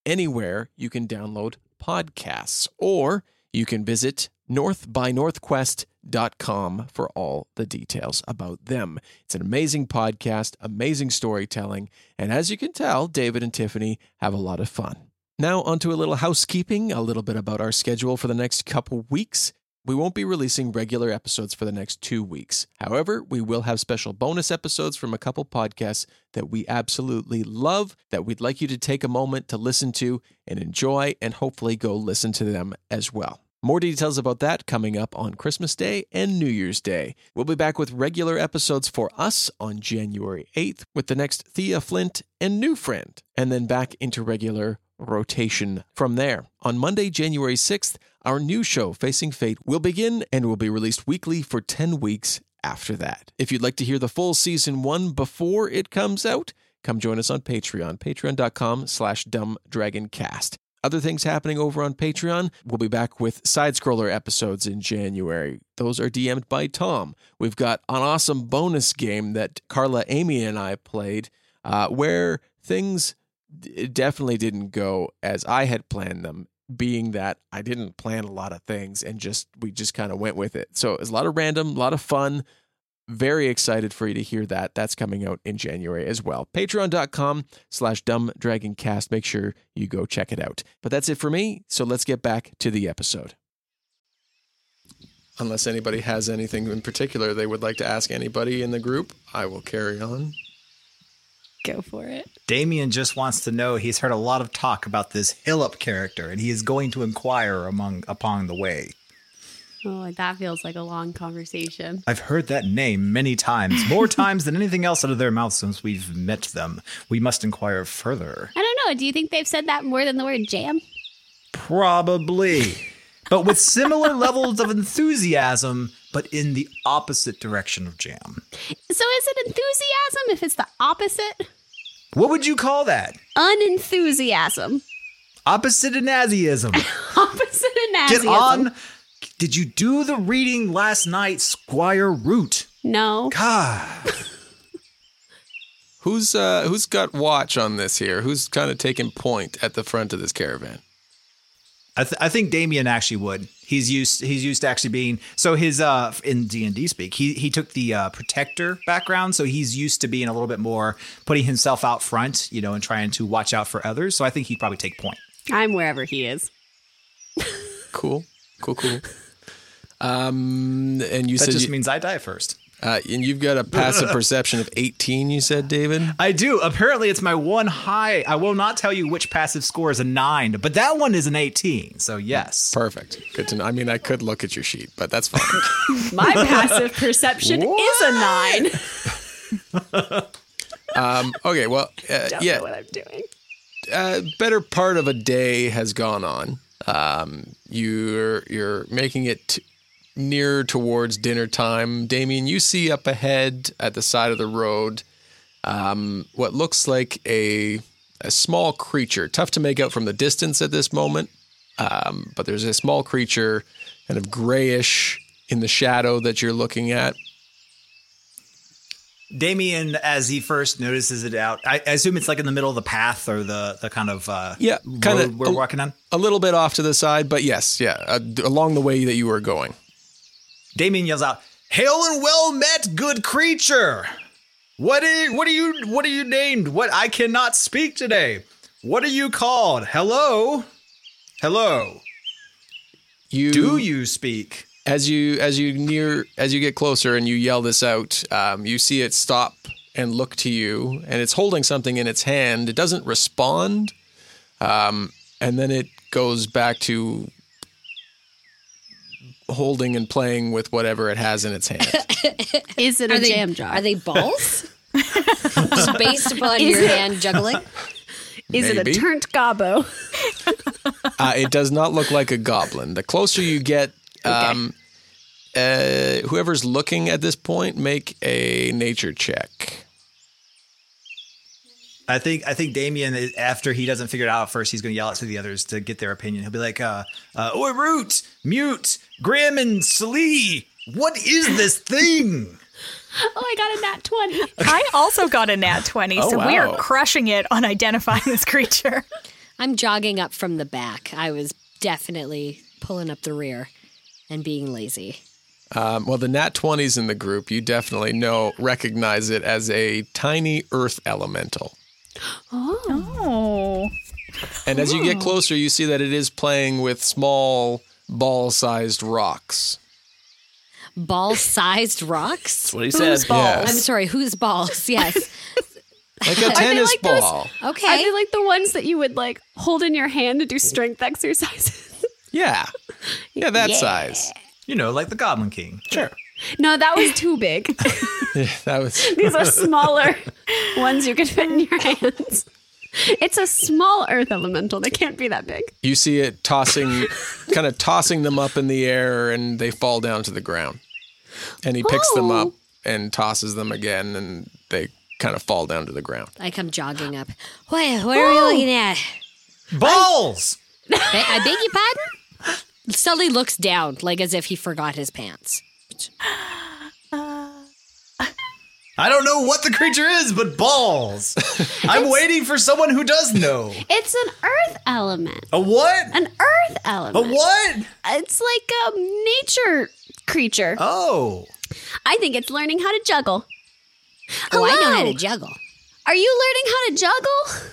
S5: anywhere you can download podcasts, or you can visit northbynorthquest.com for all the details about them. It's an amazing podcast, amazing storytelling, and as you can tell, David and Tiffany have a lot of fun. Now, onto a little housekeeping, a little bit about our schedule for the next couple weeks. We won't be releasing regular episodes for the next two weeks. However, we will have special bonus episodes from a couple podcasts that we absolutely love that we'd like you to take a moment to listen to and enjoy, and hopefully go listen to them as well. More details about that coming up on Christmas Day and New Year's Day. We'll be back with regular episodes for us on January 8th with the next Thea Flint and New Friend, and then back into regular rotation from there. On Monday, January 6th, our new show, Facing Fate, will begin and will be released weekly for 10 weeks after that. If you'd like to hear the full season one before it comes out, come join us on Patreon, patreon.com slash dumbdragoncast. Other things happening over on Patreon. We'll be back with side scroller episodes in January. Those are DM'd by Tom. We've got an awesome bonus game that Carla, Amy, and I played uh, where things d- definitely didn't go as I had planned them, being that I didn't plan a lot of things and just we just kind of went with it. So it was a lot of random, a lot of fun. Very excited for you to hear that. That's coming out in January as well. Patreon.com slash dumb dragon cast. Make sure you go check it out. But that's it for me. So let's get back to the episode. Unless anybody has anything in particular they would like to ask anybody in the group, I will carry on.
S6: Go for it.
S7: damien just wants to know he's heard a lot of talk about this hillop character and he is going to inquire among upon the way
S8: Oh, that feels like a long conversation.
S7: I've heard that name many times, more times than anything else out of their mouths since we've met them. We must inquire further.
S6: I don't know. Do you think they've said that more than the word jam?
S7: Probably. But with similar levels of enthusiasm, but in the opposite direction of jam.
S6: So is it enthusiasm if it's the opposite?
S7: What would you call that?
S6: Unenthusiasm.
S7: Opposite inaziism.
S6: Opposite
S7: Get
S6: enthusiasm.
S7: on. Did you do the reading last night, Squire Root?
S6: No.
S7: God.
S5: Who's uh who's got watch on this here? Who's kind of taking point at the front of this caravan?
S7: I, th- I think Damien actually would. He's used he's used to actually being so his uh in D and D speak he he took the uh, protector background so he's used to being a little bit more putting himself out front you know and trying to watch out for others so I think he'd probably take point.
S8: I'm wherever he is.
S5: Cool. Cool, cool. Um and you
S7: That
S5: said
S7: just
S5: you-
S7: means I die first.
S5: uh, and you've got a passive perception of 18 you said, David?
S7: I do. Apparently, it's my one high. I will not tell you which passive score is a nine, but that one is an eighteen. So yes,
S5: Perfect. Good to know. I mean, I could look at your sheet, but that's fine.
S8: My passive perception is a nine.
S5: Um, okay, well, uh,
S8: Don't
S5: yeah.
S8: know what I'm doing.
S5: uh, better part of a day has gone on. Um, you're you're making it t- near towards dinner time. Damien, you see up ahead at the side of the road um, what looks like a a small creature. Tough to make out from the distance at this moment, um, but there's a small creature, kind of grayish in the shadow that you're looking at.
S7: Damien, as he first notices it out, I, I assume it's like in the middle of the path or the the kind of uh,
S5: Yeah, kind
S7: road
S5: of
S7: we're walking on.
S5: a little bit off to the side, but yes, yeah, uh, d- along the way that you were going.
S7: Damien yells out, "Hail and well met, good creature! What is what are you what are you named? What I cannot speak today. What are you called? Hello, hello.
S5: You
S7: Do you speak?
S5: as you as you near as you get closer and you yell this out um, you see it stop and look to you and it's holding something in its hand it doesn't respond um, and then it goes back to holding and playing with whatever it has in its hand
S8: Is it a
S4: Are they,
S8: jam jar?
S4: Are they balls? Just based upon your hand juggling?
S8: Is it a
S5: Maybe.
S8: turnt gobbo?
S5: uh, it does not look like a goblin the closer you get um, uh, whoever's looking at this point make a nature check
S7: I think I think Damien, is- after he doesn't figure it out at first, he's going to yell out to the others to get their opinion. He'll be like, uh, uh, "Oi, Root, Mute, Grim, and Slee, what is this thing?"
S6: Oh, I got a nat 20.
S2: I also got a nat 20, so we
S5: wow.
S2: are crushing it on identifying this creature.
S4: I'm jogging up from the back. I was definitely pulling up the rear and being lazy.
S5: Um, well, the nat 20s in the group, you definitely know, recognize it as a tiny earth elemental.
S2: Oh.
S5: And as you get closer, you see that it is playing with small ball sized rocks.
S4: Ball sized rocks?
S9: What he said.
S5: Balls.
S4: I'm sorry, whose balls? Yes.
S5: Like a tennis
S8: like those-
S5: ball.
S4: Okay.
S8: Are they like the ones that you would like hold in your hand to do strength exercises?
S5: Yeah. Yeah, that size.
S7: You know, like the Goblin King. Sure.
S8: no, that was too big.
S5: That was
S8: These are smaller ones you could fit in your hands. It's a small earth elemental. They can't be that big.
S5: you see it tossing kind of tossing them up in the air and they fall down to the ground. And he picks them up and tosses them again and they kind of fall down to the ground.
S4: I come jogging up. What, what are we looking at?
S7: Balls.
S4: Ba- I beg your pardon? Sully looks down, like as if he forgot his pants.
S7: I don't know what the creature is, but balls. I'm waiting for someone who does know.
S6: It's an earth element.
S7: A what?
S6: An earth
S7: A
S6: element.
S7: what?
S6: Um, It's like a nature creature.
S7: Oh.
S6: I think it's learning how to juggle.
S4: Oh, I know how to
S6: Hello.
S4: juggle.
S6: Are you learning how to juggle?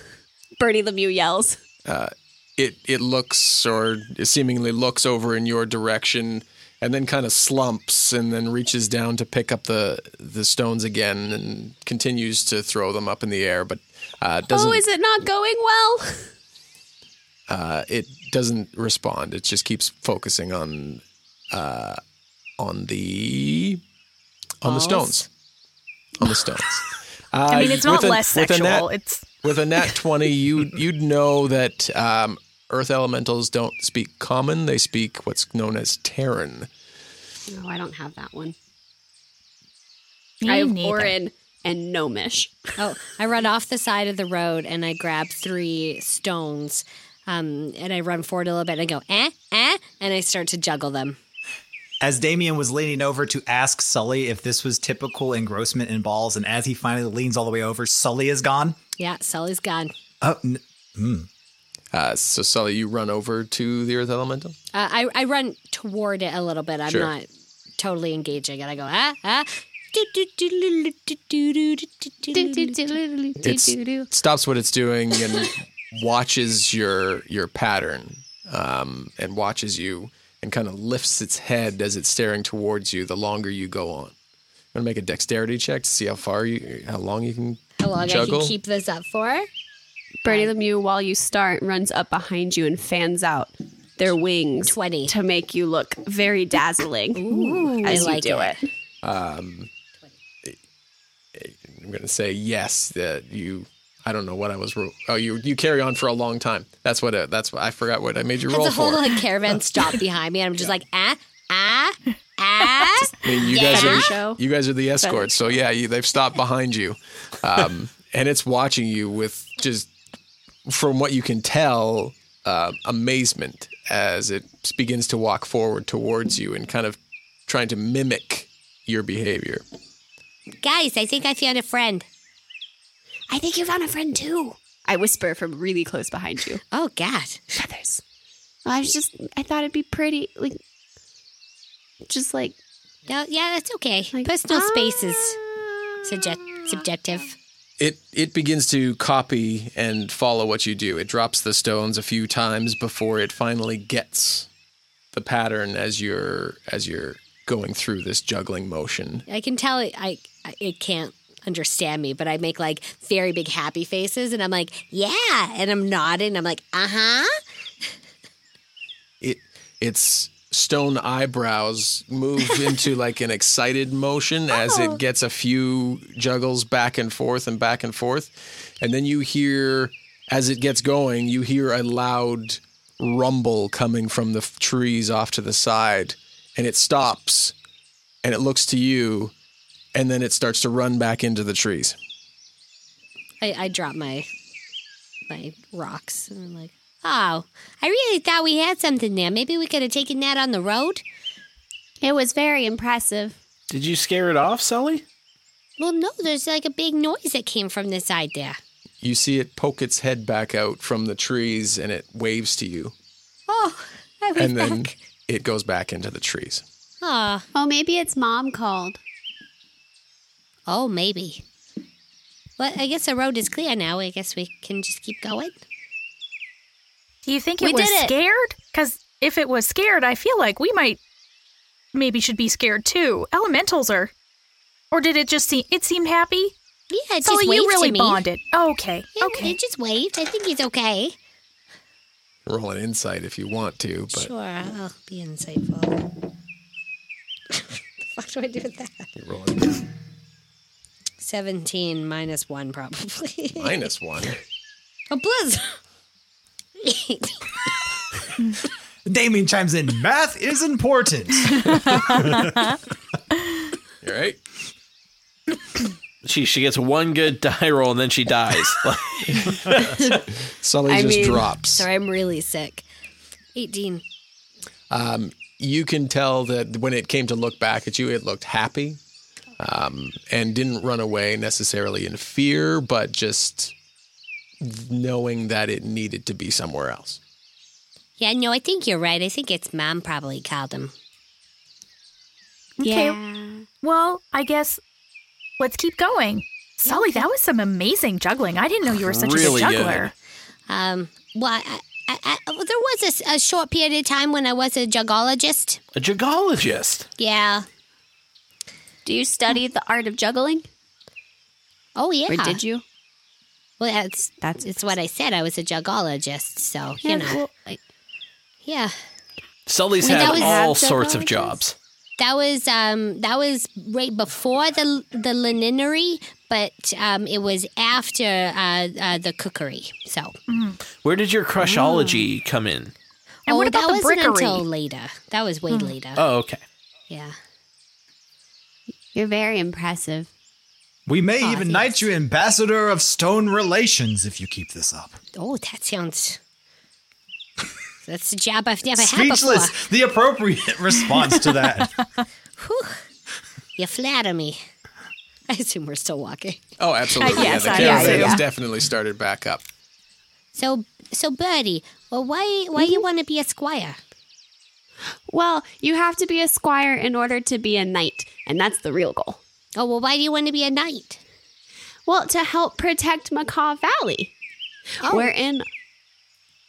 S6: Bertie Lemieux yells.
S5: Uh, it it looks or seemingly looks over in your direction and then kind of slumps and then reaches down to pick up the the stones again and continues to throw them up in the air but uh, doesn't
S6: Oh, is it not going well?
S5: uh, it doesn't respond it just keeps focusing on uh, on the on the
S4: Balls?
S5: stones on the stones
S2: I mean,
S5: Uh,
S2: it's not
S5: with a-
S2: less
S5: with a
S2: sexual.
S5: nat-
S2: it's
S5: with a nat 20 you you'd know that um, earth elementals don't speak common they speak what's known as terran
S8: No, I don't have that one.
S2: me
S8: I have
S2: neither.
S8: Orin and Gnomish.
S4: Oh, I run off the side of the road and I grab three stones. Um, and I run forward a little bit and I go, eh, eh, and I start to juggle them.
S7: As Damien was leaning over to ask Sully if this was typical engrossment in balls, and as he finally leans all the way over, Sully is gone.
S4: Yeah, Sully's gone.
S7: Oh, n-
S5: Uh, so Sully, you run over to the Earth Elemental.
S4: Uh, I, I run toward it a little bit. I'm
S5: Sure.
S4: not totally engaging. And I go, ah, ah. do-do-do-do-do-do-do-do-do-do-do-do-do-do."
S5: It stops what it's doing and watches your your pattern, um, and watches you, and kind of lifts its head as it's staring towards you. The longer you go on, I'm gonna make a dexterity check to see how far you, how long you can
S4: How long I
S5: juggle.
S4: can keep this up for?
S8: Bertie Lemieux, while you start, runs up behind you and fans out their wings
S4: 20.
S8: to make you look very dazzling
S4: Ooh,
S8: as
S4: I
S8: you
S4: like
S8: do it.
S4: it.
S5: going to Um, say yes. That you, I don't know what I was. Ro- oh, you you carry on for a long time. That's what. Uh, that's what I forgot what I made you
S4: Has
S5: roll
S4: a whole
S5: for.
S4: like caravan stopped behind me, and I'm just like ah ah ah.
S5: I mean, you
S4: Yeah.
S5: guys
S4: Show.
S5: are you guys are the escorts, so yeah, you, they've stopped behind you, um, and it's watching you with just from what you can tell uh, amazement as it begins to walk forward towards you and kind of trying to mimic your behavior.
S4: Guys, I think I found a friend.
S6: I think you found a friend too.
S8: I whisper from really close behind you.
S4: Oh God,
S8: Feathers.
S6: Well, I was just, I thought it'd be pretty, like, just like,
S4: no, yeah, that's okay.
S6: Like,
S4: Personal
S6: ah.
S4: space is subject- subjective.
S5: It it begins to copy and follow what you do. It drops the stones a few times before it finally gets the pattern as you're as you're going through this juggling motion.
S4: I can tell it, I I- it can't understand me, but I make like very big happy faces, and I'm like yeah, and I'm nodding. I'm like uh huh.
S5: it its stone eyebrows move into like an excited motion as it gets a few juggles back and forth and back and forth and then you hear as it gets going you hear a loud rumble coming from the f- trees off to the side and it stops and it looks to you and then it starts to run back into the trees
S4: I, I drop my my rocks and I'm like, oh, I really thought we had something there. Maybe we could have taken that on the road.
S6: it was very impressive.
S9: Did you scare it off, Sully?
S4: Well, no, there's like a big noise that came from the side there.
S5: you see it poke its head back out from the trees and it waves to you
S4: Oh, I went
S5: and then
S4: back.
S5: it goes back into the trees
S4: Oh,
S6: Oh, maybe it's mom called.
S4: oh, maybe. Well, I guess the road is clear now. I guess we can just keep going.
S2: Do you think
S6: We
S2: it was
S6: did it.
S2: scared? Because if it was scared, I feel like we might maybe should be scared too. Elementals are. Or did it just seem it seemed happy?
S4: Yeah, it
S2: So
S4: just
S2: you
S4: waved
S2: really
S4: to me.
S2: bonded. Okay.
S4: Yeah,
S2: okay.
S4: it just waved. I think he's okay.
S5: roll an insight if you want to, but
S4: Sure, I'll be insightful. the fuck do I do with that?
S5: you're rolling
S4: Seventeen minus one, probably.
S5: minus one.
S4: A blizzard.
S7: Damien chimes in. Math is important.
S5: You're right.
S9: She she gets one good die roll and then she dies. Like,
S5: Sully
S4: I
S5: just
S4: mean-
S5: drops.
S4: Sorry, I'm really sick. 18.
S5: Um, You can tell that when it came to look back at you, it looked happy um, and didn't run away necessarily in fear, but just knowing that it needed to be somewhere else.
S4: Yeah, no, I think you're right. I think it's mom probably called him.
S2: Okay. Well, I guess let's keep going. Sully, that was some amazing juggling. I didn't know you were such
S9: Really
S2: a
S9: good.
S2: good juggler.
S4: Um, well, I, I, I, I- there was a s- a, short period of time when I was a juggologist.
S9: a jugologist.
S4: Yeah.
S6: Do you study the art of juggling?
S4: Oh, yeah.
S6: Or did you?
S4: Well, that's,
S8: That's-
S4: that's it's what I said. I was a juggologist, so, you know. yeah.
S9: Sully's
S4: Wait, that
S9: had
S4: was-
S9: all sorts of jobs.
S4: That was um that was right before the the linen-ery, but um it was after uh, uh the cookery. So
S6: Mm-hmm.
S9: Where did your crushology come in?
S2: And
S4: oh,
S2: what
S4: that
S2: about the
S4: wasn't
S2: brickery?
S4: until later. That was
S6: Hmm.
S8: Hmm.
S4: way later.
S9: Oh, okay.
S4: Yeah.
S6: You're very impressive.
S7: We may
S6: Oh,
S7: even knight you ambassador of stone relations if you keep this up.
S4: Oh, that sounds. That's a job I've never had before.
S7: Speechless. The appropriate response to that.
S4: You flatter me. I assume we're still walking.
S5: Oh, absolutely.
S2: Uh, yes,
S5: yeah,
S2: I-
S5: the
S2: yeah,
S5: caravan
S2: yeah,
S5: has
S2: yeah.
S5: definitely started back up.
S4: So, so Birdie, well, why, why
S6: Mm-hmm.
S4: you want to be a squire?
S6: Well, you have to be a squire in order to be a knight, and that's the real goal.
S4: Oh, well, why do you want to be a knight?
S6: Well, to help protect Macaw Valley.
S4: Oh.
S6: We're in.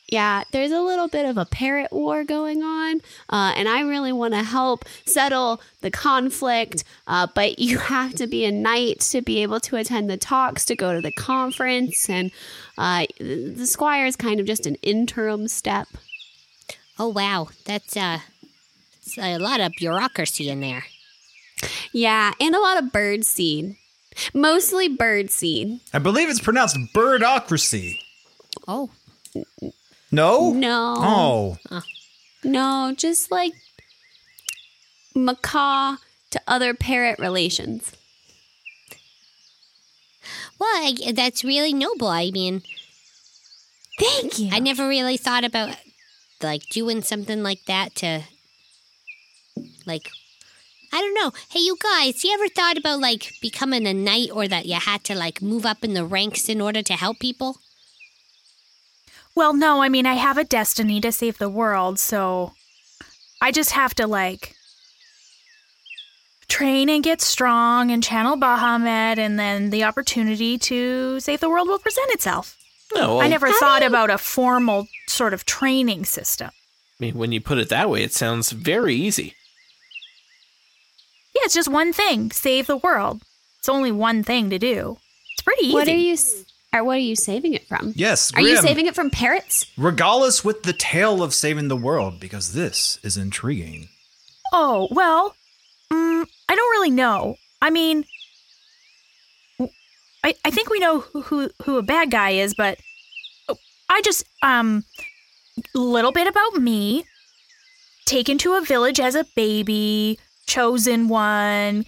S6: Yeah, there's a little bit of a parrot war going on, uh, and I really want to help settle the conflict. Uh, but you have to be a knight to be able to attend the talks, to go to the conference, and uh, the the squire is kind of just an interim step.
S4: Oh, wow, that's uh, it's a lot of bureaucracy in there.
S6: Yeah, and a lot of bird seed. Mostly bird seed.
S7: I believe it's pronounced birdocracy.
S6: Oh.
S7: No?
S6: No.
S7: Oh.
S6: No, just like macaw to other parrot relations.
S4: Well, I, that's really noble. I mean,
S6: Thank you.
S4: I never really thought about like doing something like that to like I don't know. Hey, you guys, you ever thought about like becoming a knight or that you had to like move up in the ranks in order to help people?
S2: Well, no, I mean, I have a destiny to save the world, so I just have to, like, train and get strong and channel Bahamut, and then the opportunity to save the world will present itself.
S3: No, well,
S2: I never thought
S6: do-
S2: about a formal sort of training system.
S3: I mean, when you put it that way, it sounds very easy.
S2: Yeah, it's just one thing save the world. It's only one thing to do. It's pretty easy.
S6: What are you s- or what are you saving it from?
S7: Yes,
S6: Are you
S7: Grim.
S6: saving it from parrots?
S7: Regale us with the tale of saving the world because this is intriguing.
S2: Oh, well, mm, I don't really know. I mean, w- I, I think we know who, who, who a bad guy is, but I just, um, little bit about me. Taken to a village as a baby, chosen one,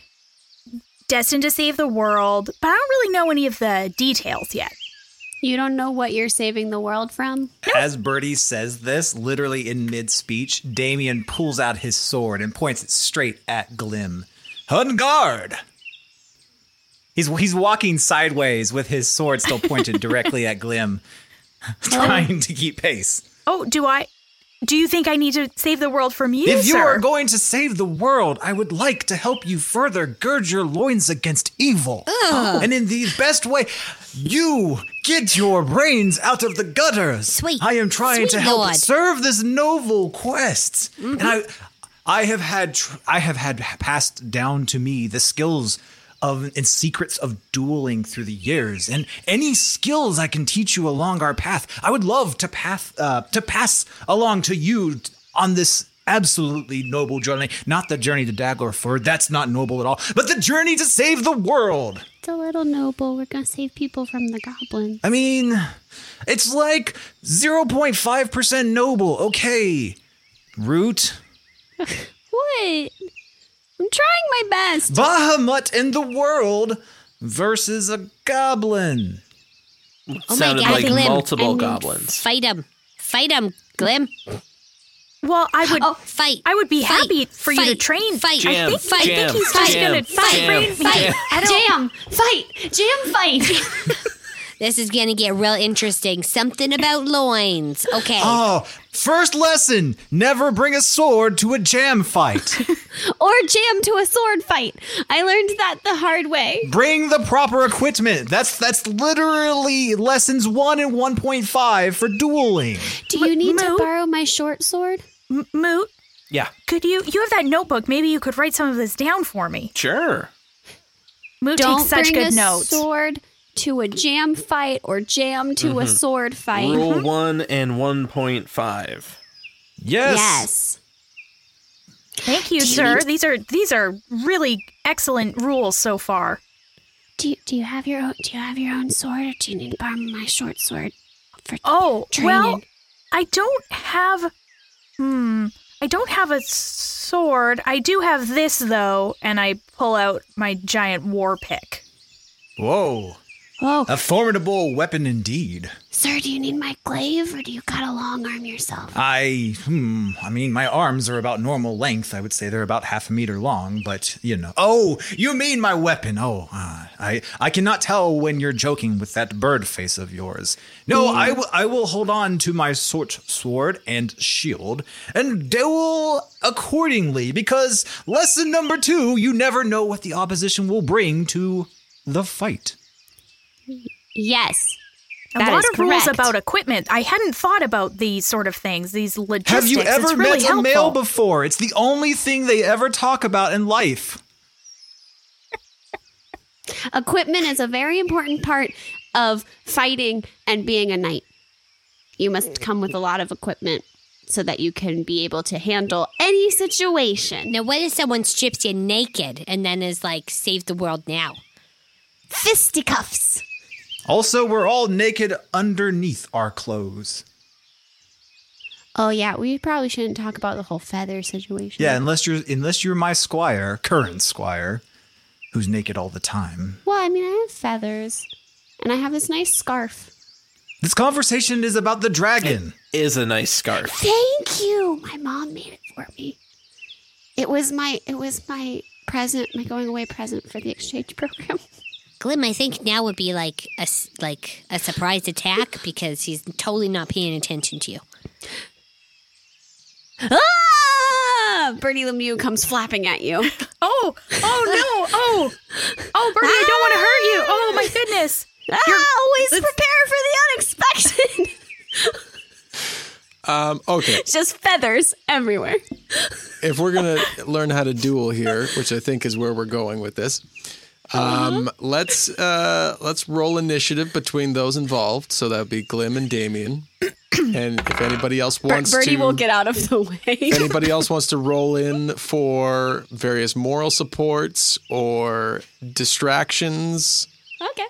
S2: destined to save the world, but I don't really know any of the details yet.
S6: You don't know what you're saving the world from?
S7: As Bertie says this, literally in mid speech, Damien pulls out his sword and points it straight at Glim. Hungard! He's, he's walking sideways with his sword still pointed directly at Glim, trying to keep pace.
S2: Oh, do I? Do you think I need to save the world from you,
S7: If you
S2: sir?
S7: are going to save the world, I would like to help you further gird your loins against evil. And in the best way, you get your brains out of the gutters.
S4: Sweet.
S7: I am trying to
S4: Sweet
S7: help
S4: Lord. Mm-hmm.
S7: serve this noble quest. And I I have had tr- I have had passed down to me the skills of and secrets of dueling through the years and any skills I can teach you along our path. I would love to path uh, to pass along to you t- on this absolutely noble journey, not the journey to Daglerford, that's not noble at all, but the journey to save the world.
S6: It's a little noble. We're gonna save people from the goblin.
S7: I mean, it's like 0.5% noble. Okay. Root.
S6: What? I'm trying my best.
S7: Bahamut in the world versus a goblin.
S4: Oh
S3: Sounded
S4: my god,
S3: like
S4: Glim.
S3: multiple
S4: I mean,
S3: goblins.
S4: Fight him. Fight him, Glim.
S2: well, I would.
S6: Oh,
S4: Fight.
S2: I would be
S4: Fight.
S2: happy for you to
S4: Fight.
S2: train-
S4: Fight.
S3: Jam,
S4: I think, I think
S3: jam,
S4: he's
S2: just
S4: fight.
S3: jam,
S2: gonna fight.
S3: jam,
S2: Fight.
S3: jam.
S6: Jam! Fight! Jam fight!
S4: This is gonna get real interesting. Something about loins. Okay.
S7: Oh, first lesson never bring a sword to a jam fight.
S6: or jam to a sword fight. I learned that the hard way.
S7: bring the proper equipment. That's that's literally lessons 1 and 1.5 for dueling.
S6: Do you need
S2: Mo-
S6: to borrow my short sword?
S2: M- Moot,
S3: Yeah,
S2: could you? You have that notebook. Maybe you could write some of this down for me.
S3: sure.
S2: Moot
S6: Don't
S2: takes such
S6: bring
S2: good
S6: a
S2: notes.
S6: sword to a jam fight or jam to
S9: Mm-hmm.
S6: a sword fight.
S3: Mm-hmm.
S6: Uh-huh.
S3: Rule
S2: Mm-hmm.
S3: one and one point five.
S7: Yes.
S6: Yes.
S2: Thank you, sir. These are these are really excellent rules so far.
S6: Do you, do you have your own do you have your own sword or do you need to borrow my short sword for
S2: Oh, well,
S6: training?
S2: I don't have. Hmm. I don't have a sword. I do have this though, and I pull out my giant war pick.
S7: Whoa.
S6: oh
S7: A formidable weapon indeed.
S6: sir, do you need my glaive or do you got a long arm yourself?
S7: I hmm, I mean my arms are about normal length. I would say they're about half a meter long, but you know. Oh, you mean my weapon. Oh, ah, I I cannot tell when you're joking with that bird face of yours. No,
S2: Hmm.
S7: I will I will hold on to my sort sword and shield and duel accordingly because lesson number 2, you never know what the opposition will bring to the fight.
S6: Yes.
S2: A
S6: That
S2: lot
S6: is
S2: of rules
S6: correct.
S2: about equipment. I hadn't thought about these sort of things. These logistics.
S7: Have you
S2: It's
S7: ever
S2: really
S7: met a male
S2: helpful.
S7: before? It's the only thing they ever talk about in life.
S6: Equipment is a very important part of fighting and being a knight. You must come with a lot of equipment so that you can be able to handle any situation.
S4: Now, what if someone strips you naked and then is like, save the world now?
S6: Fisticuffs.
S7: Also, we're all naked underneath our clothes.
S6: Oh yeah, we probably shouldn't talk about the whole feather situation.
S7: Yeah, unless you're unless you're my squire, current squire, who's naked all the time.
S6: Well, I mean, I have feathers, and I have this nice scarf.
S7: This conversation is about the dragon.
S9: Is a nice scarf.
S6: Thank you. My mom made it for me. It was my it was my present, my going away present for the exchange program.
S4: Glim, I think now would be like a s- like a surprise attack because he's totally not paying attention to you.
S8: Ah!
S6: Bernie Lemieux comes flapping at you.
S2: Oh, oh no, oh, oh, Bernie, I don't want to hurt you. Oh
S4: Ah.
S2: my goodness.
S6: Ah!
S2: You're
S6: always prepare for the unexpected.
S5: Um, okay.
S6: Just feathers everywhere.
S5: if we're gonna learn how to duel here, which I think is where we're going with this, um, let's uh, let's roll initiative between those involved. So that would be Glim and Damien, and if anybody else
S8: Bert-
S5: wants
S8: Bernie
S5: to,
S8: will get out of the
S5: if
S8: way.
S5: anybody else wants to roll in for various moral supports or distractions,
S6: Okay.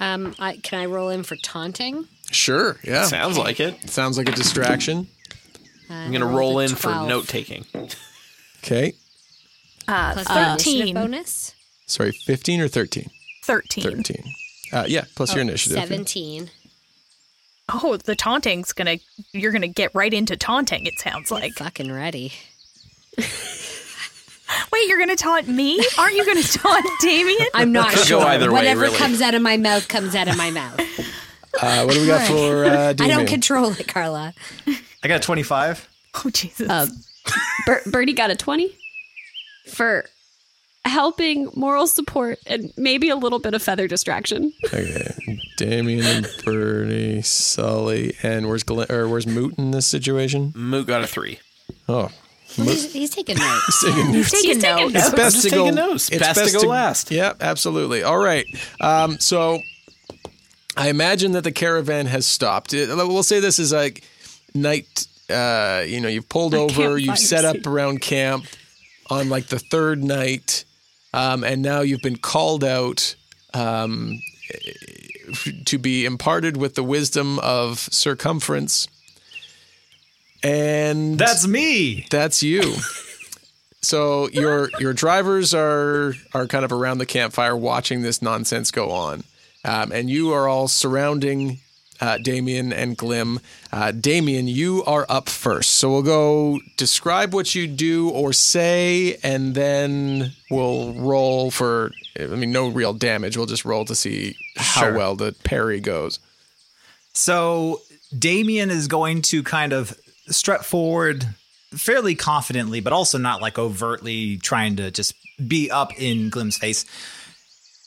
S4: Um, I, can I roll in for taunting?
S5: sure, yeah,
S9: Sounds like it.
S5: sounds like a distraction.
S9: I'm gonna roll in for
S4: 12.
S9: note taking.
S5: Okay,
S4: Plus
S2: Uh,
S4: thirteen
S2: 13.
S4: bonus.
S5: sorry, fifteen or thirteen.
S2: 13.
S5: Thirteen. Uh, yeah, plus
S8: Oh,
S5: your initiative.
S4: Seventeen.
S2: Oh, the taunting's gonna, you're gonna get right into taunting, it sounds like.
S4: Fucking ready.
S2: Wait, you're gonna taunt me? Aren't you gonna taunt Damien?
S4: I'm not
S9: Could go
S4: sure.
S9: either way,
S4: Whatever
S9: really.
S4: comes out of my mouth comes out of my mouth.
S5: Uh, what do we got for uh,
S4: I don't
S5: Damien?
S4: control it, Carla.
S7: I got twenty five.
S2: Oh, Jesus.
S8: Uh, Ber- Bernie got a 20 for helping moral support and maybe a little bit of feather distraction.
S5: Okay, Damien and Bernie, Sully, and where's Glenn, or where's Moot in this situation?
S9: Moot got a three.
S5: Oh,
S4: Well, he's, he's taking notes.
S5: it's
S2: Taking
S4: Oh,
S2: notes.
S5: best
S9: just
S5: to go.
S9: taking notes. Best to go last.
S5: Yeah, absolutely. All right. Um, so I imagine that the caravan has stopped. It- we'll say this is like night. Uh, you know, you've pulled over, you've set up around camp on like the third night, um, and now you've been called out um, to be imparted with the wisdom of circumference. And
S7: That's me.
S5: that's you. so your your drivers are are kind of around the campfire watching this nonsense go on, um, and you are all surrounding uh, Damien and Glim. Uh, Damien, you are up first, so we'll go describe what you do or say, and then we'll roll for. I mean, no real damage. We'll just roll to see how
S7: Sure.
S5: well the parry goes.
S7: So Damien is going to kind of strut forward fairly confidently, but also not like overtly trying to just be up in Glim's face.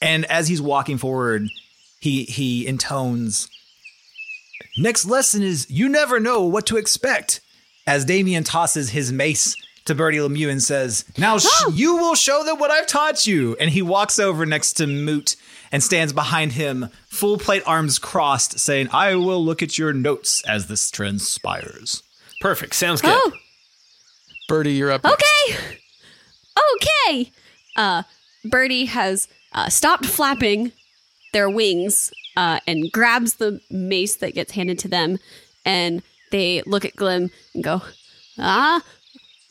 S7: And as he's walking forward, he he intones Next lesson is you never know what to expect. As Damien tosses his mace to Bertie Lemieux and says, Now sh-
S8: Ah!
S7: you will show them what I've taught you. And he walks over next to Moot and stands behind him, full plate arms crossed, saying, I will look at your notes as this transpires.
S9: Perfect. Sounds good.
S8: Oh,
S5: Birdie, you're up. next.
S8: okay. Okay. Uh, Birdie has uh, stopped flapping their wings uh, and grabs the mace that gets handed to them. And they look at Glim and go, ah,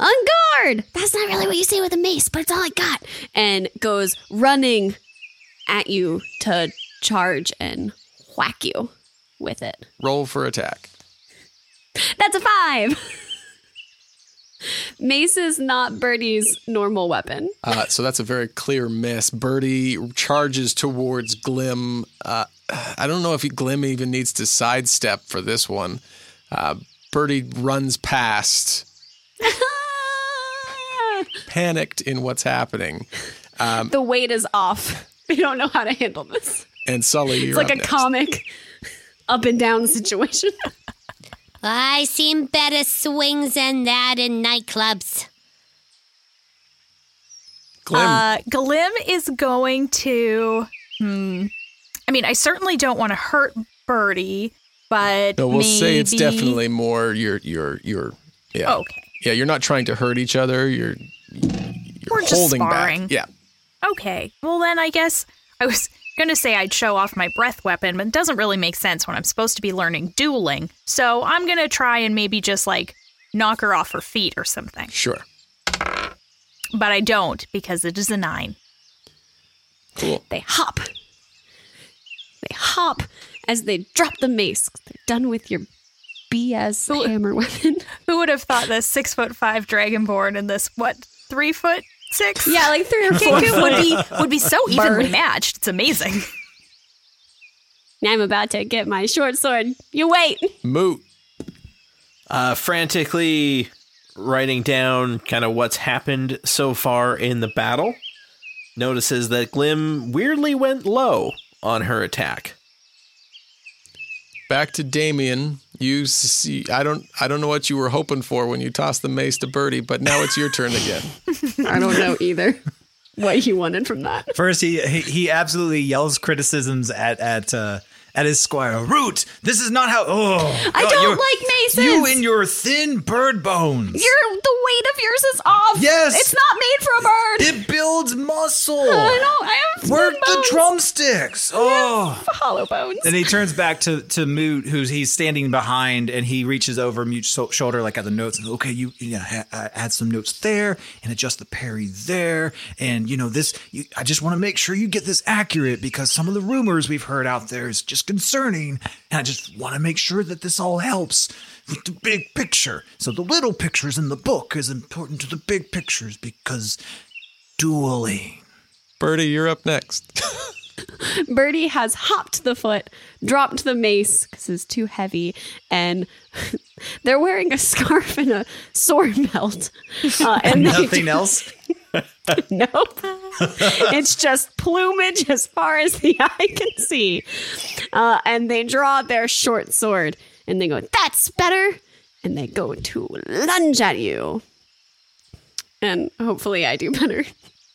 S8: on guard.
S6: That's not really what you say with a mace, but it's all I got.
S8: And goes running at you to charge and whack you with it.
S5: Roll for attack.
S8: That's a five. Mace is not Birdie's normal weapon.
S5: Uh, so that's a very clear miss. Birdie charges towards Glim. Uh, I don't know if Glim even needs to sidestep for this one. Uh, Birdie runs past,
S6: Eh,
S5: panicked in what's happening.
S6: Um,
S5: Um,
S8: the weight is off. They don't know how to handle this.
S5: And Sully, you're
S8: It's like
S5: up
S8: a
S5: next.
S8: comic up and down situation.
S4: I seen better swings than that in nightclubs.
S5: Glim,
S2: Uh, Glim is going to. Hmm. I mean, I certainly don't want to hurt Birdie, but
S5: no, we'll say it's
S2: maybe- Oh,
S5: definitely more your your your yeah
S2: okay.
S5: yeah. You're not trying to hurt each other. You're you're
S2: We're just
S5: holding
S2: sparring.
S5: back. Yeah,
S2: Okay. Well, then I guess I was Gonna say I'd show off my breath weapon, but it doesn't really make sense when I'm supposed to be learning dueling. So I'm gonna try and maybe just like knock her off her feet or something.
S5: Sure.
S2: But I don't because it is a nine.
S5: Cool.
S6: They hop. They hop as they drop the mace. They're done with your BS hammer weapon.
S2: Who would have thought this six foot five dragonborn and this what three foot six?
S6: yeah, like three or four.
S2: Kiku would
S6: foot.
S2: be would be so
S6: evenly
S2: evenly matched. It's amazing.
S6: Now I'm about to get my short sword. You wait.
S5: Moot.
S3: uh, frantically writing down kind of what's happened so far in the battle, notices that Glim weirdly went low on her attack.
S5: Back to Damien. You see, I don't, I don't know what you were hoping for when you tossed the mace to Birdie, but now it's your turn again.
S6: I don't know either what he wanted from that.
S7: First, he he, he absolutely yells criticisms at at uh, at his squire. Root, this is not how. Oh,
S6: I
S7: God,
S6: don't
S7: you're-
S6: like maces.
S7: You and your thin bird bones.
S6: Your the weight of yours is off.
S7: Yes.
S6: It's not made for a bird.
S7: it builds muscle.
S6: I know. I have
S7: Work
S6: thin
S7: the
S6: bones.
S7: drumsticks. Oh.
S6: Hollow bones.
S7: Then he turns back to to Moot, who's he's standing behind, and he reaches over Moot's so- shoulder, like at the notes. And, okay, you, you know, ha- uh, add some notes there, and adjust the parry there, and you know this. You, I just want to make sure you get this accurate because some of the rumors we've heard out there is just concerning, and I just want to make sure that this all helps with the big picture. So the little pictures in the book is important to the big pictures because dueling.
S5: Birdie, you're up next.
S6: Birdie has hopped the foot, dropped the mace because it's too heavy, and they're wearing a scarf and a sword belt. Uh, and they-
S7: Nothing else.
S6: Nope. it's just plumage as far as the eye can see. Uh, and they draw their short sword and they go, That's better. And they go to lunge at you. And hopefully I do better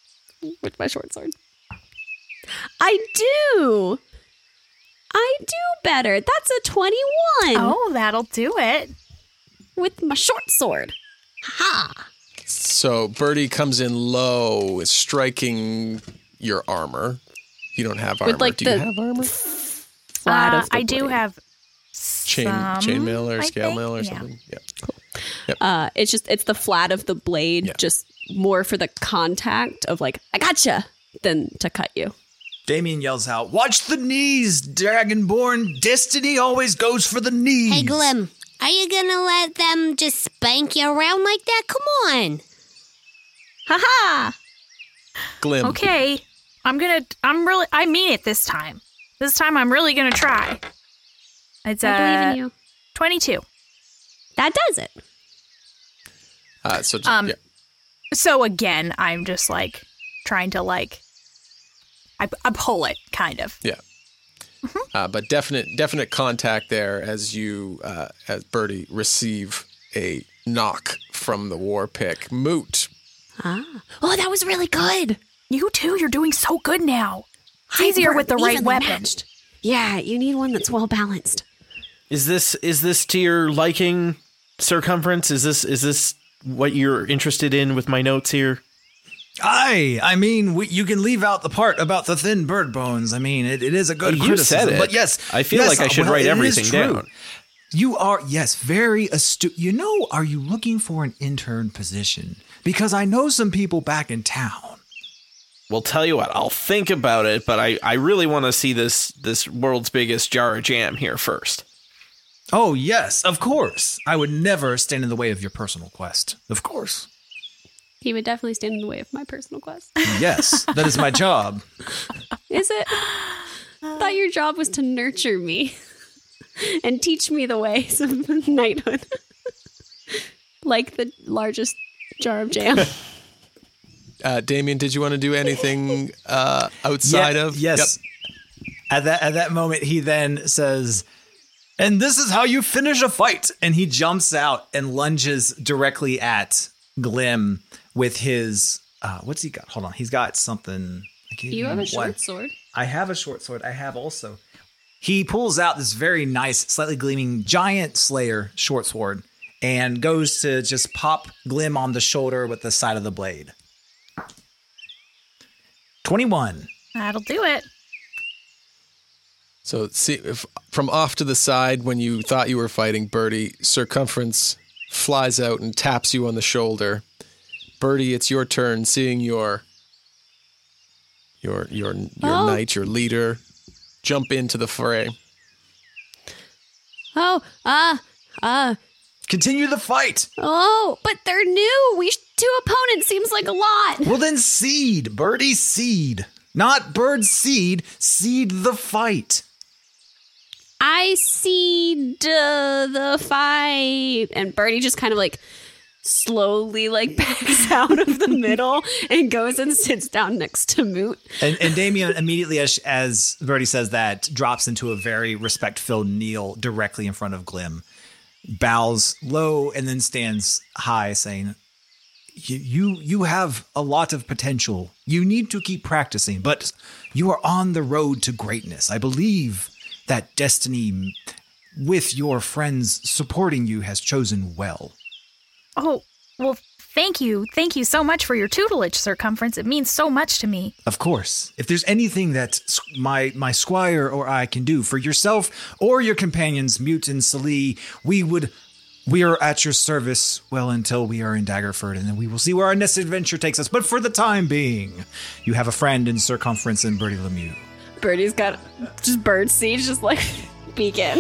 S6: with my short sword. I do. I do better. That's a 21
S2: oh, that'll do it.
S6: with my short sword.
S5: So Birdie comes in low, is striking your armor. You don't have armor.
S6: With like
S5: Do
S6: the
S5: you have armor?
S6: Flat
S2: Uh,
S6: of the
S2: I do
S6: blade.
S2: have
S5: Chain,
S2: some,
S5: chainmail or
S2: I
S5: scale
S2: think.
S5: mail or
S2: Yeah.
S5: something. Yeah.
S6: Uh, it's just it's the flat of the blade,
S5: Yeah.
S6: just more for the contact of like I gotcha than to cut you.
S7: Damien yells out, Watch the knees, Dragonborn! Destiny always goes for the knees!
S4: Hey, Glim, are you gonna let them just spank you around like that? Come on.
S6: Haha!
S5: Glim.
S2: Okay, I'm gonna. I'm really. I mean it this time. This time, I'm really gonna try. It's
S6: I
S2: uh,
S6: believe in you.
S2: twenty-two.
S6: That does it.
S5: Uh, so j-
S2: Um,
S5: yeah.
S2: So again, I'm just like trying to like. I, I pull it kind of.
S5: Yeah.
S2: mm-hmm.
S5: Uh, but definite definite contact there as you uh, as Birdie receive a knock from the war pick. Moot.
S4: Ah. Oh, that was really good.
S2: You too. You're doing so good now. It's
S6: I
S2: easier
S6: were
S2: with the right
S6: evenly
S2: weapon.
S6: matched. Yeah, you need one that's well balanced.
S3: Is this is this to your liking? Circumference? Is this is this what you're interested in with my notes here?
S7: Aye, I mean, we, you can leave out the part about the thin bird bones. I mean, it, it is a good
S3: You
S7: criticism.
S3: said it.
S7: But yes,
S3: I feel
S7: yes,
S3: like I should
S7: well,
S3: write
S7: it is
S3: everything
S7: true.
S3: down.
S7: You are, yes, very astute. You know, are you looking for an intern position? Because I know some people back in town.
S3: Well, tell you what, I'll think about it, but I, I really want to see this this world's biggest jar of jam here first.
S7: Oh, yes, of course. I would never stand in the way of your personal quest. Of course.
S6: He would definitely stand in the way of my personal quest.
S7: Yes, that is my job.
S6: Is it? Thought your job was to nurture me and teach me the ways of knighthood, like the largest jar of jam.
S5: Uh, Damien, did you want to do anything uh, outside
S7: Yeah,
S5: of?
S7: yes. At that at that moment, he then says, "And this is how you finish a fight." And he jumps out and lunges directly at Glim with his uh, what's he got? Hold on, he's got something. I can't
S6: You have
S7: remember
S6: a
S7: what.
S6: short sword.
S7: I have a short sword. I have also. He pulls out this very nice, slightly gleaming giant slayer short sword and goes to just pop Glim on the shoulder with the side of the blade. 21.
S2: That'll do it.
S5: So see, if, from off to the side, when you thought you were fighting Birdie, circumference flies out and taps you on the shoulder. Birdie, it's your turn. Seeing your your your your
S8: Oh.
S5: knight, your leader, jump into the fray.
S8: Oh, ah, ah.
S7: Continue the fight.
S8: Oh, but they're new. We sh- two opponents seems like a lot.
S7: Well, then seed, birdie seed. Not bird seed, seed the fight.
S8: I see duh, the fight, and Bernie just kind of like slowly like backs out of the middle and goes and sits down next to Moot.
S7: And, and Damien immediately, as, as Birdie says that, drops into a very respect filled kneel directly in front of Glim, bows low, and then stands high, saying, "You- "You you have a lot of potential. You need to keep practicing, but you are on the road to greatness. I believe that destiny, with your friends supporting you, has chosen well."
S2: Oh, well, thank you. Thank you so much for your tutelage, Circumference. It means so much to me.
S7: Of course. If there's anything that s- my my squire or I can do for yourself or your companions, Mute and Salee, we would we are at your service well until we are in Daggerford, and then we will see where our next adventure takes us. But for the time being, you have a friend in circumference in Bertie Lemieux.
S8: Bernie's got just bird seed, just like beacon.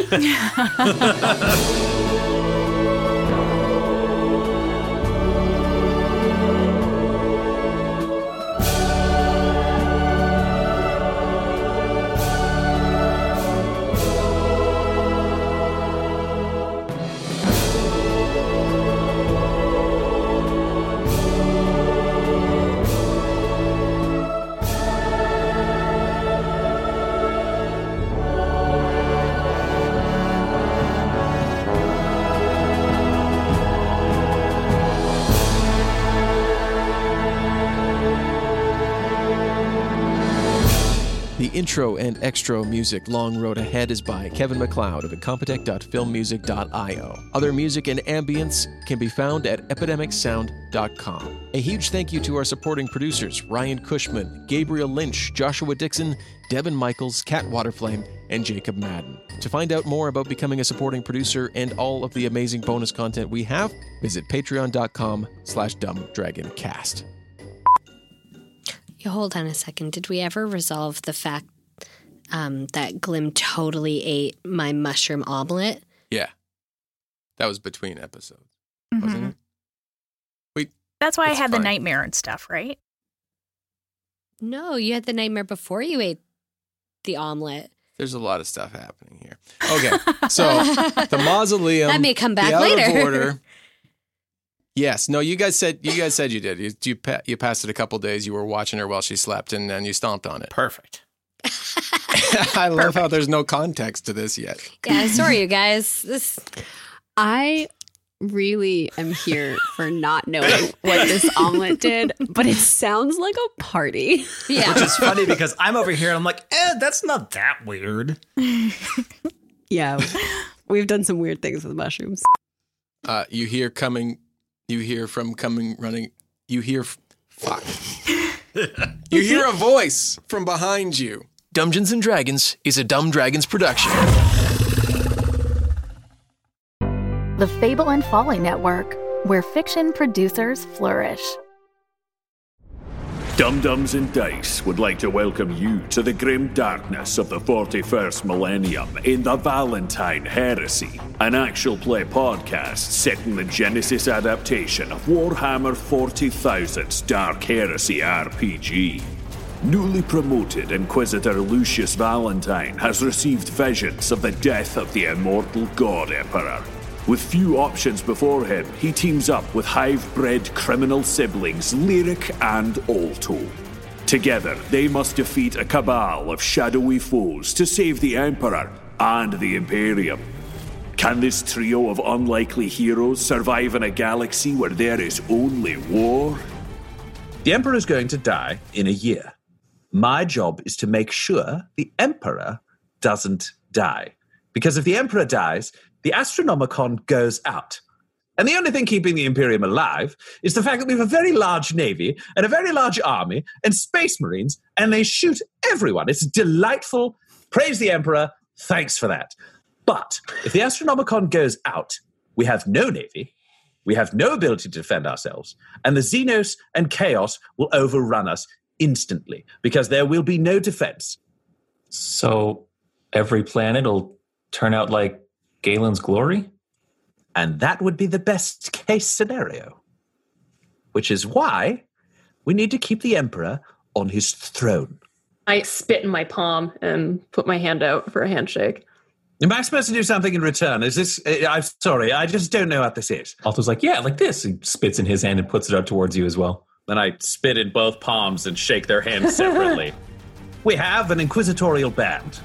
S5: The intro and extra music Long Road Ahead is by Kevin McLeod of incompetech.filmmusic.io. Other music and ambience can be found at epidemicsound.com. A huge thank you to our supporting producers Ryan Cushman, Gabriel Lynch, Joshua Dixon, Devin Michaels, Cat Waterflame, and Jacob Madden. To find out more about becoming a supporting producer and all of the amazing bonus content we have, visit patreon.com slash dumbdragoncast.
S4: You Hold on a second. Did we ever resolve the fact um, that Glim totally ate my mushroom omelet?
S5: Yeah. That was between episodes, wasn't
S2: Mhm.
S5: it?
S2: That's why
S5: It's
S2: I had
S5: fine.
S2: the nightmare and stuff, right?
S4: No, you had the nightmare before you ate the omelet.
S5: There's a lot of stuff happening here. Okay, so the mausoleum
S4: That may come back
S5: the outer
S4: later.
S5: border- yes, no, you guys said you guys said you did. You you, pa- you passed it a couple days. You were watching her while she slept, and then you stomped on it.
S9: Perfect.
S5: I love how there's no context to this yet.
S4: Yeah, sorry, you guys. This
S8: I really am here for not knowing what this omelet did, but it sounds like a party.
S4: yeah.
S7: It's funny because I'm over here and I'm like, eh, that's not that weird.
S8: Yeah. We've done some weird things with mushrooms.
S5: Uh, you hear coming. You hear from coming running. You hear f- fuck. you hear a voice from behind you. Dungeons and Dragons is a Dumb Dragons production.
S12: The Fable and Folly Network, where fiction producers flourish.
S13: Dum Dums and Dice would like to welcome you to the grim darkness of the 41st millennium in the Valentine Heresy, an actual play podcast set in the Genesis adaptation of Warhammer 40,000's Dark Heresy RPG. Newly promoted Inquisitor Lucius Valentine has received visions of the death of the immortal God Emperor. With few options before him, he teams up with hive bred criminal siblings Lyric and Alto. Together, they must defeat a cabal of shadowy foes to save the Emperor and the Imperium. Can this trio of unlikely heroes survive in a galaxy where there is only war?
S14: The Emperor is going to die in a year. My job is to make sure the Emperor doesn't die. Because if the Emperor dies, the Astronomicon goes out. And the only thing keeping the Imperium alive is the fact that we have a very large navy and a very large army and space marines, and they shoot everyone. It's delightful. Praise the Emperor. Thanks for that. But if the Astronomicon goes out, we have no navy, we have no ability to defend ourselves, and the Xenos and Chaos will overrun us instantly because there will be no defense.
S15: So every planet will turn out like Galen's glory?
S14: And that would be the best case scenario, which is why we need to keep the Emperor on his throne.
S16: I spit in my palm and put my hand out for a handshake.
S14: Am I supposed to do something in return? Is this? uh, I'm sorry, I just don't know what this is.
S15: Alto's like, yeah, like this. He spits in his hand and puts it out towards you as well.
S17: Then I spit in both palms and shake their hands separately.
S14: We have an inquisitorial band.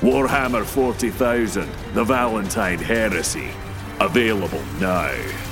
S13: Warhammer 40,000 The Valentine Heresy. Available now.